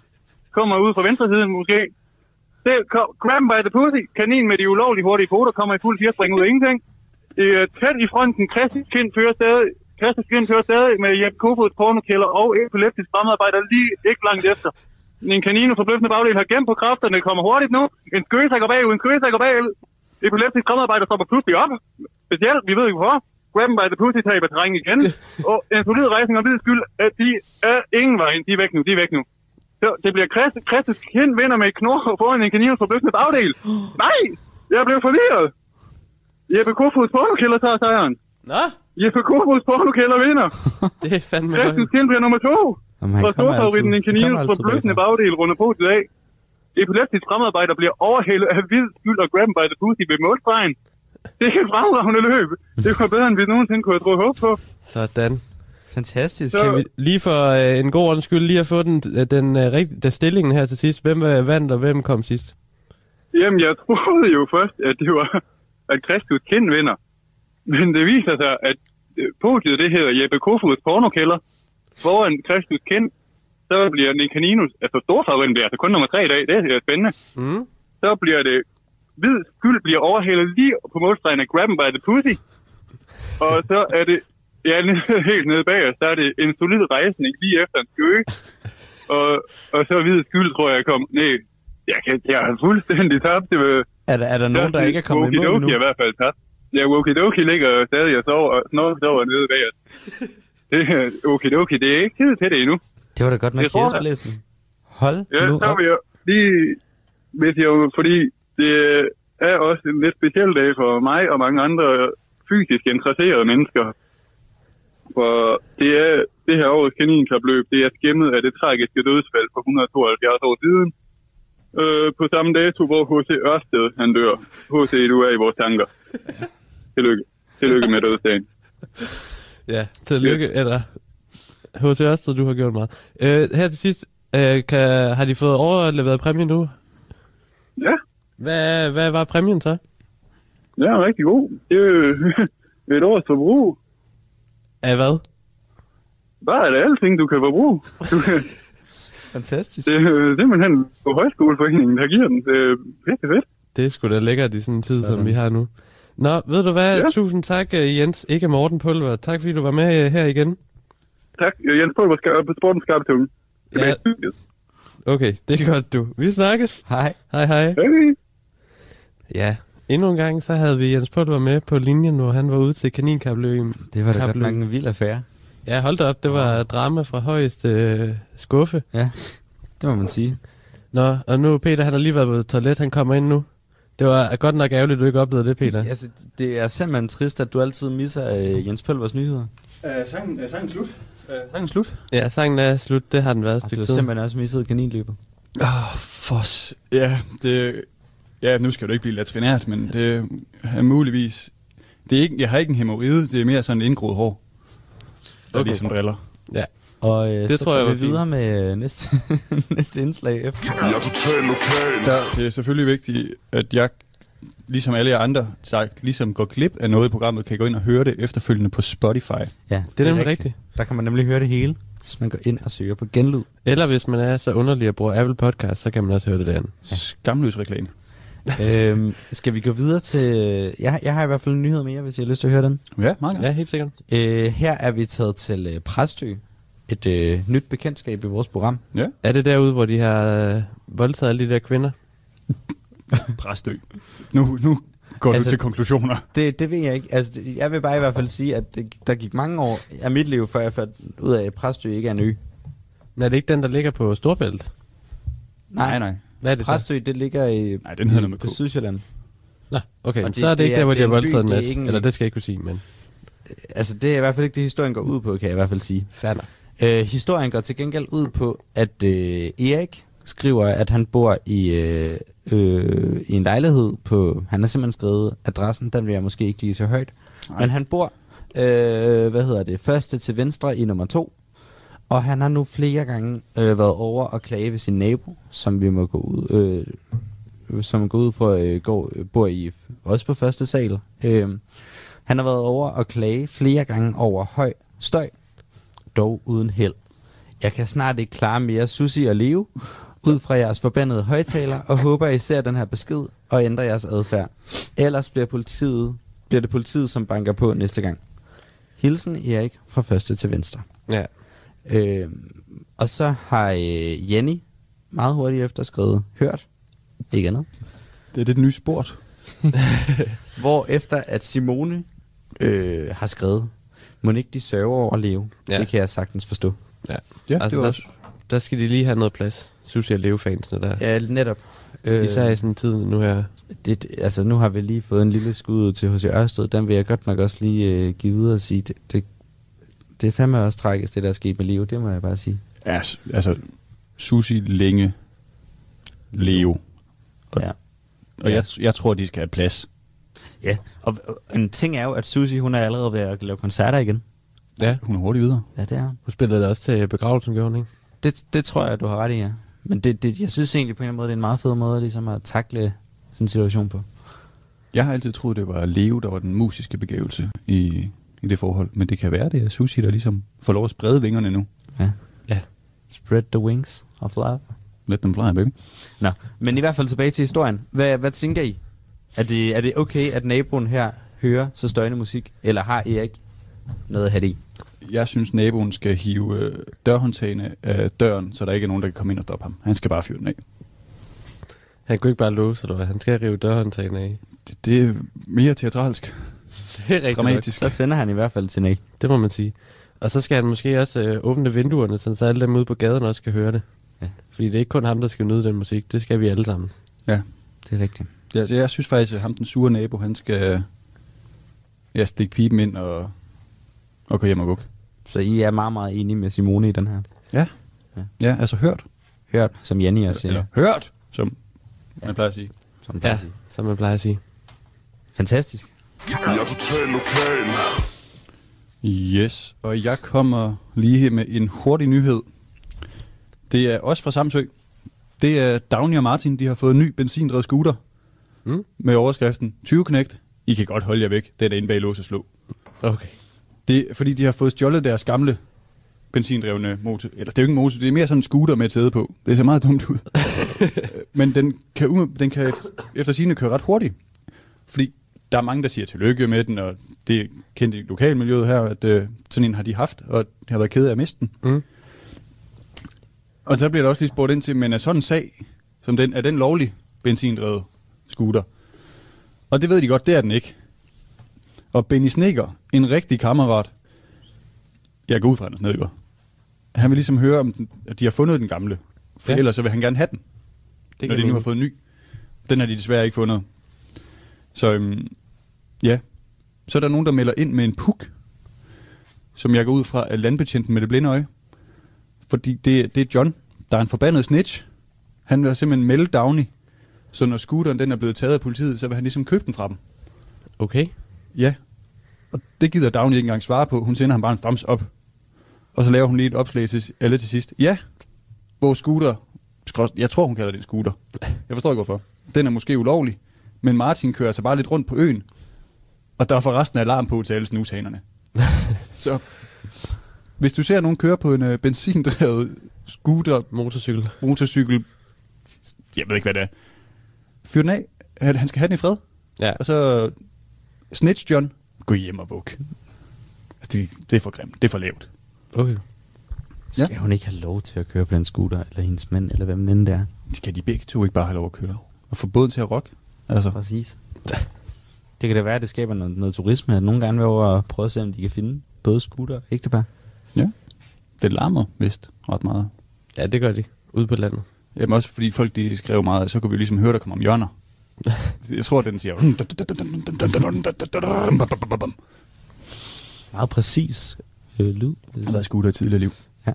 Kommer ud fra venstre side måske. Det kom, grab 'em by the pussy, kanin med de ulovlige hurtige poter, kommer i fuld firespring ud af ingenting. Det er tæt i fronten, Kristus Kind fører stadig, Kristus Kind fører stadig med Jeppe Kofods pornokælder og epileptisk fremarbejder lige ikke langt efter. En kanin og forbløffende bagdel har gemt på kræfterne, kommer hurtigt nu. En skøs går bagud, en skøs går bagud. Epileptisk kræftarbejder stopper pludselig op. Specielt, vi ved ikke hvorfor. grab dem by the pussy tape terræn igen. og en solid rejsning og hvid skyld, at de er ingen vej ind. De er væk nu, de er væk nu. Så det bliver Christ, Christus kind vinder med et knor foran en kanin på bløffende bagdel. Nej! Jeg blev forvirret! Jeppe Kofods pornokælder tager sejren. Nå, Jeppe Kofods pornokælder vinder. det er fandme Christus løgn. kind bliver nummer to. Jamen, han Og kommer storfavoritten altid- en kanin kommer på altid bløffende bagfra. bagdel runder på i dag. Epileptisk fremarbejder bliver overhældet af hvid skyld og grabben by the pussy ved målstregen. Det er et fremragende løb. Det var bedre, end vi nogensinde kunne have troet håb på. Sådan. Fantastisk. Så- Kan vi lige for øh, en god ordens skyld lige at få den, øh, den, øh, rigt- den stillingen her til sidst. Hvem øh, vandt, og hvem kom sidst? Jamen, jeg troede jo først, at det var, at Kristus Kind vinder. Men det viser sig, at øh, podiet, det hedder Jeppe Kofods pornokælder. Foran Kristus Kind, så bliver Nikaninus, altså storfavoritten bliver altså kun nummer tre i dag, det er spændende. Mm. Så bliver det, hvid skyld bliver overhældet lige på målstregen af Grabben by the Pussy. Og så er det, ja, (laughs) nede- helt nede bag os, der er det en solid rejsning lige efter en skøge. Og, og så hvid skyld, tror jeg, kom, nej, jeg, kan, jeg er fuldstændig tabt. Det var, Er, der- er der nogen, der ikke er kommet Wokidoki imod endnu? er i hvert fald tabt. Ja, Wokidoki ligger stadig og sover, og snor sover nede bag (laughs) os. Det, er- Wokidoki, det er ikke tid til det endnu. Det var da godt nok Det tror jeg. kirsebærlisten. Hold Ja, nu så op. vil jeg lige... Hvis jeg, jo- fordi det er også en lidt speciel dag for mig og mange andre fysisk interesserede mennesker. For det er det her års kaninkabløb, det er skæmmet af det tragiske dødsfald for 172 år siden. Øh, på samme dato, hvor H.C. Ørsted han dør. H.C. du er i vores tanker. Tillykke. Tillykke med dødsdagen. Ja, tillykke, eller H.T. Ørsted, du har gjort meget. Øh, her til sidst, øh, kan, har de fået overleveret præmien nu? Ja, Hvad, hvad var præmien så? det er rigtig god. Det er jo (laughs) et års forbrug. Af hvad? Bare er det alting, du kan forbruge. Du kan, Fantastisk. Det er øh, simpelthen på højskoleforeningen, der giver den. Det er rigtig fedt. Det er sgu da lækkert i sådan en tid, som vi har nu. Nå, ved du hvad? Ja. Ja. Tusind tak, øh, Jens. Ikke Morten Pulver. Tak, fordi du var med øh, her igen. Tak, øh, Jens Pulver, skal på sporten skarpe tunge. Ja, Ja. okay. Det er godt, du. Vi snakkes. Hej. Hej, hej. Hey. Ja. Endnu en gang, så havde vi Jens Pulver med på linjen, hvor han var ude til kaninkabløen. Det var da godt Kapløb. nok en vild affære. Ja, hold da op. Det var drama fra højeste øh, skuffe. Ja, det må man sige. Nå, og nu Peter, han har lige været på toilet. Han kommer ind nu. Det var godt nok ærgerligt, at du ikke oplevede det, Peter. Altså, det er simpelthen trist, at du altid misser øh, Jens Pølvers nyheder. Øh, sangen, øh, sangen slut. Øh, sangen slut. Ja, sangen er slut. Det har den været Og et du stykke har tid. simpelthen også misset kaninløbet. Åh, oh, fos. Ja, det... Ja, nu skal du ikke blive latrinært, men det er muligvis... Det er ikke, jeg har ikke en hemorride, det er mere sådan en indgroet hår. Der okay. ligesom driller. Og øh, Det så tror jeg går var vi fint. videre med øh, næste, (laughs) næste indslag efter. Jeg er totalt lokal. Det er selvfølgelig vigtigt, at jeg, ligesom alle jer andre, sagt, ligesom går glip af noget i programmet, kan gå ind og høre det efterfølgende på Spotify. Ja, Det er nemlig rigtigt. Der kan man nemlig høre det hele, hvis man går ind og søger på genlyd. Eller hvis man er så underlig og bruger Apple Podcast, så kan man også høre det derinde. Skamløs reklame. øhm, skal vi gå videre til... øh, Jeg, jeg har i hvert fald en nyhed mere, hvis I har lyst til at høre den. Ja, meget Ja, helt sikkert. Øh, her er vi taget til øh, Præstø. Et øh, nyt bekendtskab i vores program. Ja, Er det derude, hvor de har øh, voldtaget alle de der kvinder? præstø. Nu, nu går altså, Altså- du til konklusioner. Det, det ved jeg ikke. Altså, det- jeg vil bare i hvert fald sige, at det, der gik mange år af mit liv, før jeg fandt ud af, at Præstø ikke er en ø. Men er det ikke den, der ligger på Storbælt? Nej, nej. Hvad er det så? Præstø, det ligger i, Nej, den hedder noget med på K. Sydsjælland. Nå, okay, Og det- det, så er det, det ikke er- der, hvor det de har er en by, voldtaget en det er masse. ikke en- Eller det skal jeg ikke kunne sige, men Altså, det er i hvert fald ikke det, historien går ud på, kan jeg i hvert fald sige. færdig. Øh, historien går til gengæld ud på, at øh, Erik skriver, at han bor i, øh, øh, i en lejlighed på... Han har simpelthen skrevet adressen, den vil jeg måske ikke lige så højt. Nej. Men han bor, øh, hvad hedder det, første til venstre i nummer to. Og han har nu flere gange øh, været over og klage ved sin nabo, som vi må gå ud, øh, som går ud for øh, går, øh, bor i f- også på første sal. Øh, han har været over og klage flere gange over høj støj, dog uden held. Jeg kan snart ikke klare mere Susi og Leo ud fra jeres forbandede højtaler, og håber, I ser den her besked og ændrer jeres adfærd. Ellers bliver, politiet, bliver det politiet, som banker på næste gang. Hilsen Erik fra første til venstre. Ja. Øh, og så har øh, Jenny meget hurtigt efter skrevet hørt, ikke andet, Det er det nye sport. hvor efter at Simone øh, har skrevet. Må ikke de sørge over at leve? Ja. Ja. Det kan jeg sagtens forstå. Ja. Ja, det altså, var der, også- der, skal de lige have noget plads, synes jeg, levefansene der. Ja. Ja, netop. Øh, Især i sådan en tid nu her. det, altså, nu har vi lige fået en lille skud ud til H.C. Ørsted. Den vil jeg godt nok også lige øh, give videre og sige, det, det, det er fandme også tragisk, det der er sket med Leo. Det må jeg bare sige. Ja, s- altså, Susi længe Leo. Ja. Og jeg, jeg tror, de skal have plads. Ja, og og en ting er jo, at Susie, hun er allerede ved at lave koncerter igen. Ja, Hun er hurtigt videre. Ja, det er hun. hun spillede da også til begravelsen, gjorde hun, ikke? Det, det tror jeg, du har ret i, ja. Men det, det, jeg synes egentlig på en eller anden måde, det er en meget fed måde ligesom at takle sådan en situation på. Jeg har altid troet, det var Leo, der var den musiske begævelse i, i det forhold. Men det kan være, det er Susi, der ligesom får lov at sprede vingerne nu. Ja. Ja. Spread the wings of love. Let them fly, baby. Nå, men i hvert fald tilbage til historien. Hvad, hvad tænker I? Er det, er det okay, at naboen her hører så støjende musik? Eller har Erik noget at have det i? Jeg synes, naboen skal hive øh, dørhåndtagene af døren, så der ikke er nogen, der kan komme ind og stoppe ham. Han skal bare fyre den af. Han kunne ikke bare låse, eller hvad? Han skal rive dørhåndtagene af. Det, det er mere teatralsk. Det er rigtig Dramatisk. Så sender han i hvert fald til Nick. Det må man sige. Og så skal han måske også øh, åbne vinduerne, sådan så alle dem ude på gaden også kan høre det. Ja. Fordi det er ikke kun ham, der skal nyde den musik. Det skal vi alle sammen. Ja. Det er rigtigt. Ja, altså, jeg synes faktisk, at ham, den sure nabo, han skal ja, stikke pipen ind og, og gå hjem og vugge. Så I er meget, meget enige med Simone i den her. Ja. Ja. Ja, altså hørt. Hørt, som Janni også siger. Eller, hørt, som man plejer at sige. Som hun plejer at sige. som man plejer at sige. Fantastisk. Jeg er totalt lokal. Yes, og jeg kommer lige med en hurtig nyhed. Det er også fra Samsø. Det er Dagny og Martin, de har fået en ny benzindrevet scooter. Mm. Med overskriften 20 knægt. I kan godt holde jer væk. Den er inde bag lås og slå. Okay. Det er, fordi de har fået stjålet deres gamle benzindrevne motor. Eller det er jo ikke en motor, det er mere sådan en scooter med et sæde på. Det ser meget dumt ud. Men den kan, ude- den kan efter sigende køre ret hurtigt. Fordi der er mange, der siger tillykke med den, og det er kendt i lokalmiljøet her, at øh, sådan en har de haft, og de har været ked af at miste den. Mm. Og så bliver der også lige spurgt ind til, men er sådan en sag, som den, er den lovlig benzindrevet scooter? Og det ved de godt, det er den ikke. Og Benny Sneker, en rigtig kammerat, jeg går ud fra, at han er snedker. Han vil ligesom høre, om den, at de har fundet den gamle. For Ja. ja. ellers så vil han gerne have den, Det når de nu har fået en ny. Den har de desværre ikke fundet. Så øhm, ja, så er der nogen, der melder ind med en puk, som jeg går ud fra er landbetjenten med det blinde øje. Fordi det, det er John, der er en forbandet snitch. Han vil simpelthen melde Downey. Så når scooteren den er blevet taget af politiet, så vil han ligesom købe den fra dem. Okay. Ja. Og det gider Dagny ikke engang svare på. Hun sender ham bare en thumbs up. Og så laver hun lige et opslag til alle til sidst. Ja, vores scooter, skrås- jeg tror hun kalder det en scooter. Jeg forstår ikke hvorfor. Den er måske ulovlig, men Martin kører sig bare lidt rundt på øen. Og der er forresten alarm på til alle snushanerne. så hvis du ser nogen køre på en øh, benzindrevet scooter, Motorcykel. motorcykel, jeg ved ikke hvad det er, fyr den af. Han han skal have den i fred. Ja. Og så snitch John, gå hjem og vug. Altså, det, det er for grimt. Det er for lavt. Okay. Skal ja. hun ikke have lov til at køre på den scooter, eller hendes mand, eller hvem den end det er? Skal de begge to ikke bare have lov at køre? Og få båden til at rock? Altså, Præcis. Det kan da være, at det skaber noget, noget turisme, at nogen gange vil over og prøve at se, om de kan finde både scooter og ægtepar. ja. Det larmer vist ret meget. Ja, det gør de. Ude på landet. Jamen også fordi folk de skrev meget, så kunne vi jo ligesom høre, der kom om (laughs) hjørner. Jeg tror, den siger... Meget præcis øh, lyd. Det Jeg har været skudt i tidligere liv. (laughs) Ja.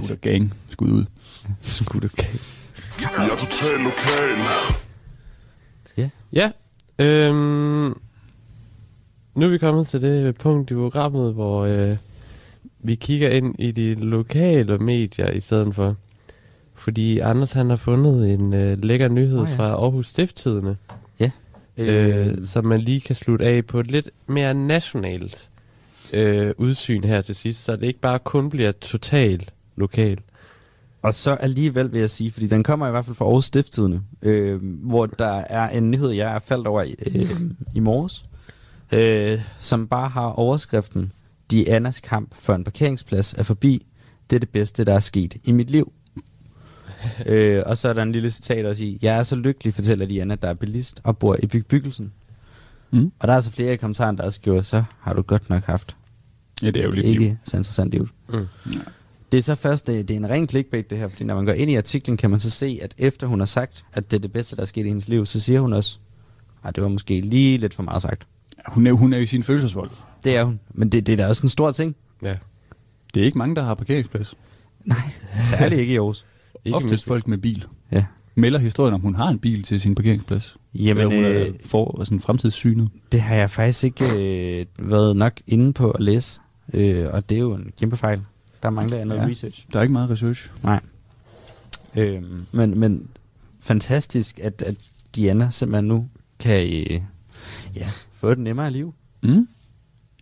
Skudt gang. Skud ud. scooter. Jeg er totalt lokal. Ja. Øhm, nu er vi kommet til det punkt i programmet, hvor øh, vi kigger ind i de lokale medier i stedet for. Fordi Anders han har fundet en øh, lækker nyhed oh, Åh, ja. ja. fra Aarhus Stifttidene, Ja. øh, som man lige kan slutte af på et lidt mere nationalt øh, udsyn her til sidst, så det ikke bare kun bliver totalt lokal. Og så alligevel vil jeg sige, fordi den kommer i hvert fald fra Aarhus Stifttidene, øh, hvor der er en nyhed, jeg er faldt over i, øh, i morges, øh, som bare har overskriften, Dianas kamp for en parkeringsplads er forbi, det er det bedste, der er sket i mit liv. øh, og så er der en lille citat også i, jeg er så lykkelig, fortæller Diana, der er bilist og bor i bebyggelsen. Mm. Og der er altså flere i kommentarerne, der også skriver, så har du godt nok haft Ja, det er jo lidt ikke liv. så interessant liv. Mm. Det er så først, det, det er en ren clickbait det her, fordi når man går ind i artiklen, kan man så se, at efter hun har sagt, at det er det bedste, der er sket i hendes liv, så siger hun også, at det var måske lige lidt for meget sagt. Hun er, hun er jo i sin følelsesvold. Det er hun, men det, det er da også en stor ting. Ja. Det er ikke mange, der har parkeringsplads. Særligt ikke i Aarhus. Ikke Oftest mindst. folk med bil. Ja. Melder historien om, hun har en bil til sin parkeringsplads. Jamen, Eller hun er øh, for, sådan fremtidssynet. Det har jeg faktisk ikke øh, været nok inde på at læse, øh, og det er jo en kæmpe fejl. Der mangler jeg noget Ja. ja. research. Der er ikke meget research. Nej. Øhm, men, men fantastisk, at, at Diana simpelthen nu kan øh, ja, få et nemmere liv. Mm.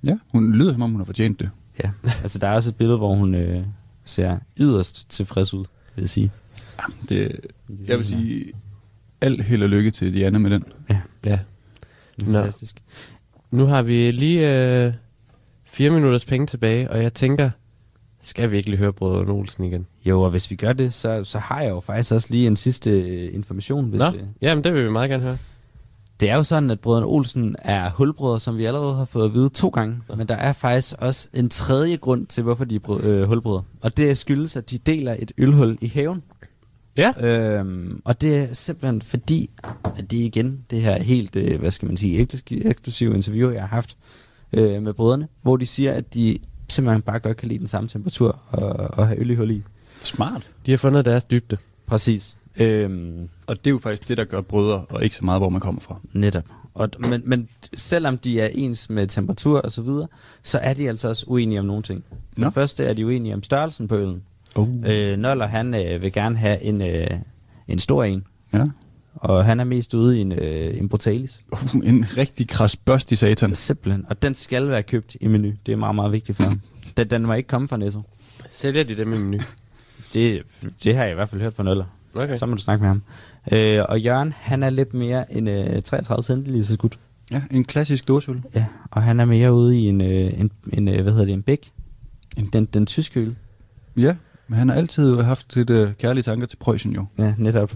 Ja, hun lyder som om, hun har fortjent det. Ja, (laughs) altså der er også et billede, hvor hun øh, ser yderst tilfreds ud, vil jeg sige. det kan jeg vil sige, sige, alt held og lykke til Diana med den. Ja. Fantastisk. Nu har vi lige øh, fire minutters penge tilbage, og jeg tænker, skal vi ikke lige høre Brødrene Olsen igen? Jo, og hvis vi gør det, så, så har jeg jo faktisk også lige en sidste øh, information. Hvis Nå, øh, jamen det vil vi meget gerne høre. Det er jo sådan, at brødrene Olsen er hulbrødre, som vi allerede har fået at vide to gange. Men der er faktisk også en tredje grund til, hvorfor de er brød, øh, hulbrødre. Og det skyldes, at de deler et ølhul i haven. Ja. (laughs) Øhm, og det er simpelthen fordi, at det igen, det her helt, øh, hvad skal man sige, eksklusiv- eksklusive interview, jeg har haft øh, med brødrene, hvor de siger, at de simpelthen bare godt kan lide den samme temperatur og, og have øl i hul i. Smart. De har fundet deres dybde. Præcis. Øhm, Og det er jo faktisk det, der gør brødre, og ikke så meget, hvor man kommer fra. Netop. Og, men, men selvom de er ens med temperatur og så videre, så er de altså også uenige om nogle ting. For Nå. det første er de uenige om størrelsen på øllen. Oh. Øh, Noller, han øh, vil gerne have en, øh, en stor en, Ja. og han er mest ude i en, øh, en brutalis. Uh, en rigtig krasbørst i satan. Simpelthen. Og den skal være købt i menu. Det er meget, meget vigtigt for ham. Den, den må ikke komme fra Netto. Sælger de dem i (laughs) menu? Det, det har jeg i hvert fald hørt fra Noller. Okay. Så må du snakke med ham. Øh, og Jørgen, han er lidt mere en øh, 33 centiliters gut. Ja, en klassisk dåsøl. Ja, og han er mere ude i en, øh, en, en øh, hvad hedder det, en bæk. En- Den, den tyske øl. Ja, men han har altid haft lidt øh, kærlige tanker til Preussen jo. Ja, netop.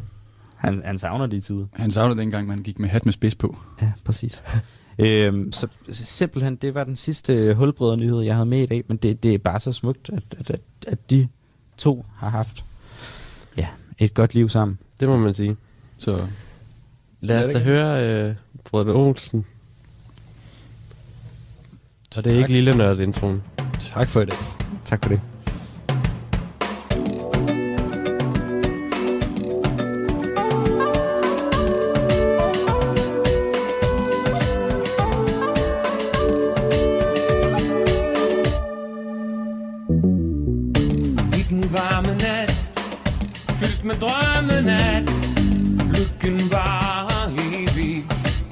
Han, han savner de tider. Han savnede dengang, man gik med hat med spids på. Ja, præcis. (laughs) øhm, så så simpelthen, det var den sidste hulbrødre nyhed, jeg havde med i dag, men det, det er bare så smukt, at, at, at, at de to har haft ja, et godt liv sammen. Det må man sige. Så Lad os da høre øh, Brødrene Olsen. Og det er ikke lille nørd introen. tak for i dag. Tak for det. I den varme nat Fyldt med drømme nat Lykken var evigt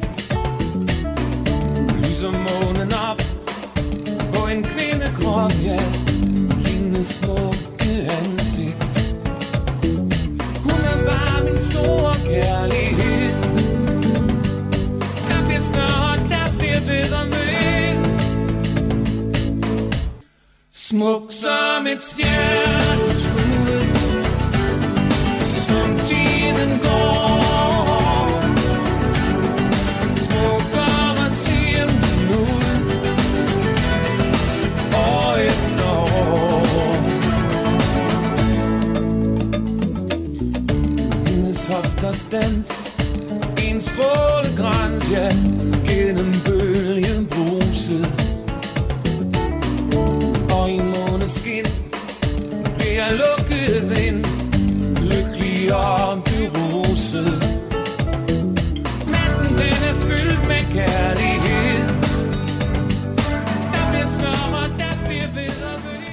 Lyser månen op På en kvindekrop, ja Hendes smukke ansigt Hun er bare min store kærlighed Der bliver snart, der bliver ved og ved Smuk som et stjerneskud Som tiden går Smukkere ser den ud År efter år Hendes hofters dans En strålegrans, ja Gennem bølgen bruset og i måneskin bliver lukket ind Lykkelig og beruset Natten den er fyldt med kærlighed Der bliver snørret, der bliver ved og ved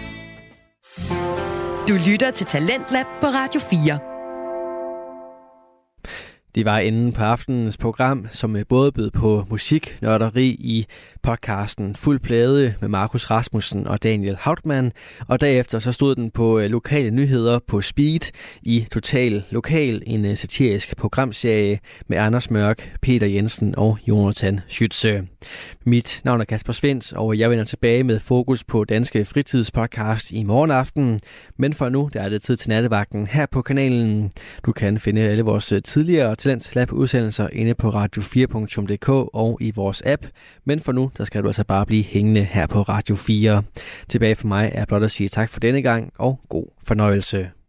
Du lytter til Talentlab på Radio 4. Det var enden på aftenens program, som øh, både bød på musik, nørderi i podcasten Fuld Plade med Markus Rasmussen og Daniel Hautmann, og derefter så stod den på øh, lokale nyheder på Speed i Total Lokal, en øh, satirisk programserie med Anders Mørk, Peter Jensen og Jonathan Schütze. Mit navn er Kasper Svens, og jeg vender tilbage med fokus på Danske Fritidspodcast i morgen aften. Men for nu, der er det tid til nattevagten her på kanalen. Du kan finde alle vores øh, tidligere Talents Lab udsendelser inde på radio4.dk og i vores app. Men for nu, der skal du altså bare blive hængende her på Radio 4. Tilbage for mig er blot at sige tak for denne gang og god fornøjelse.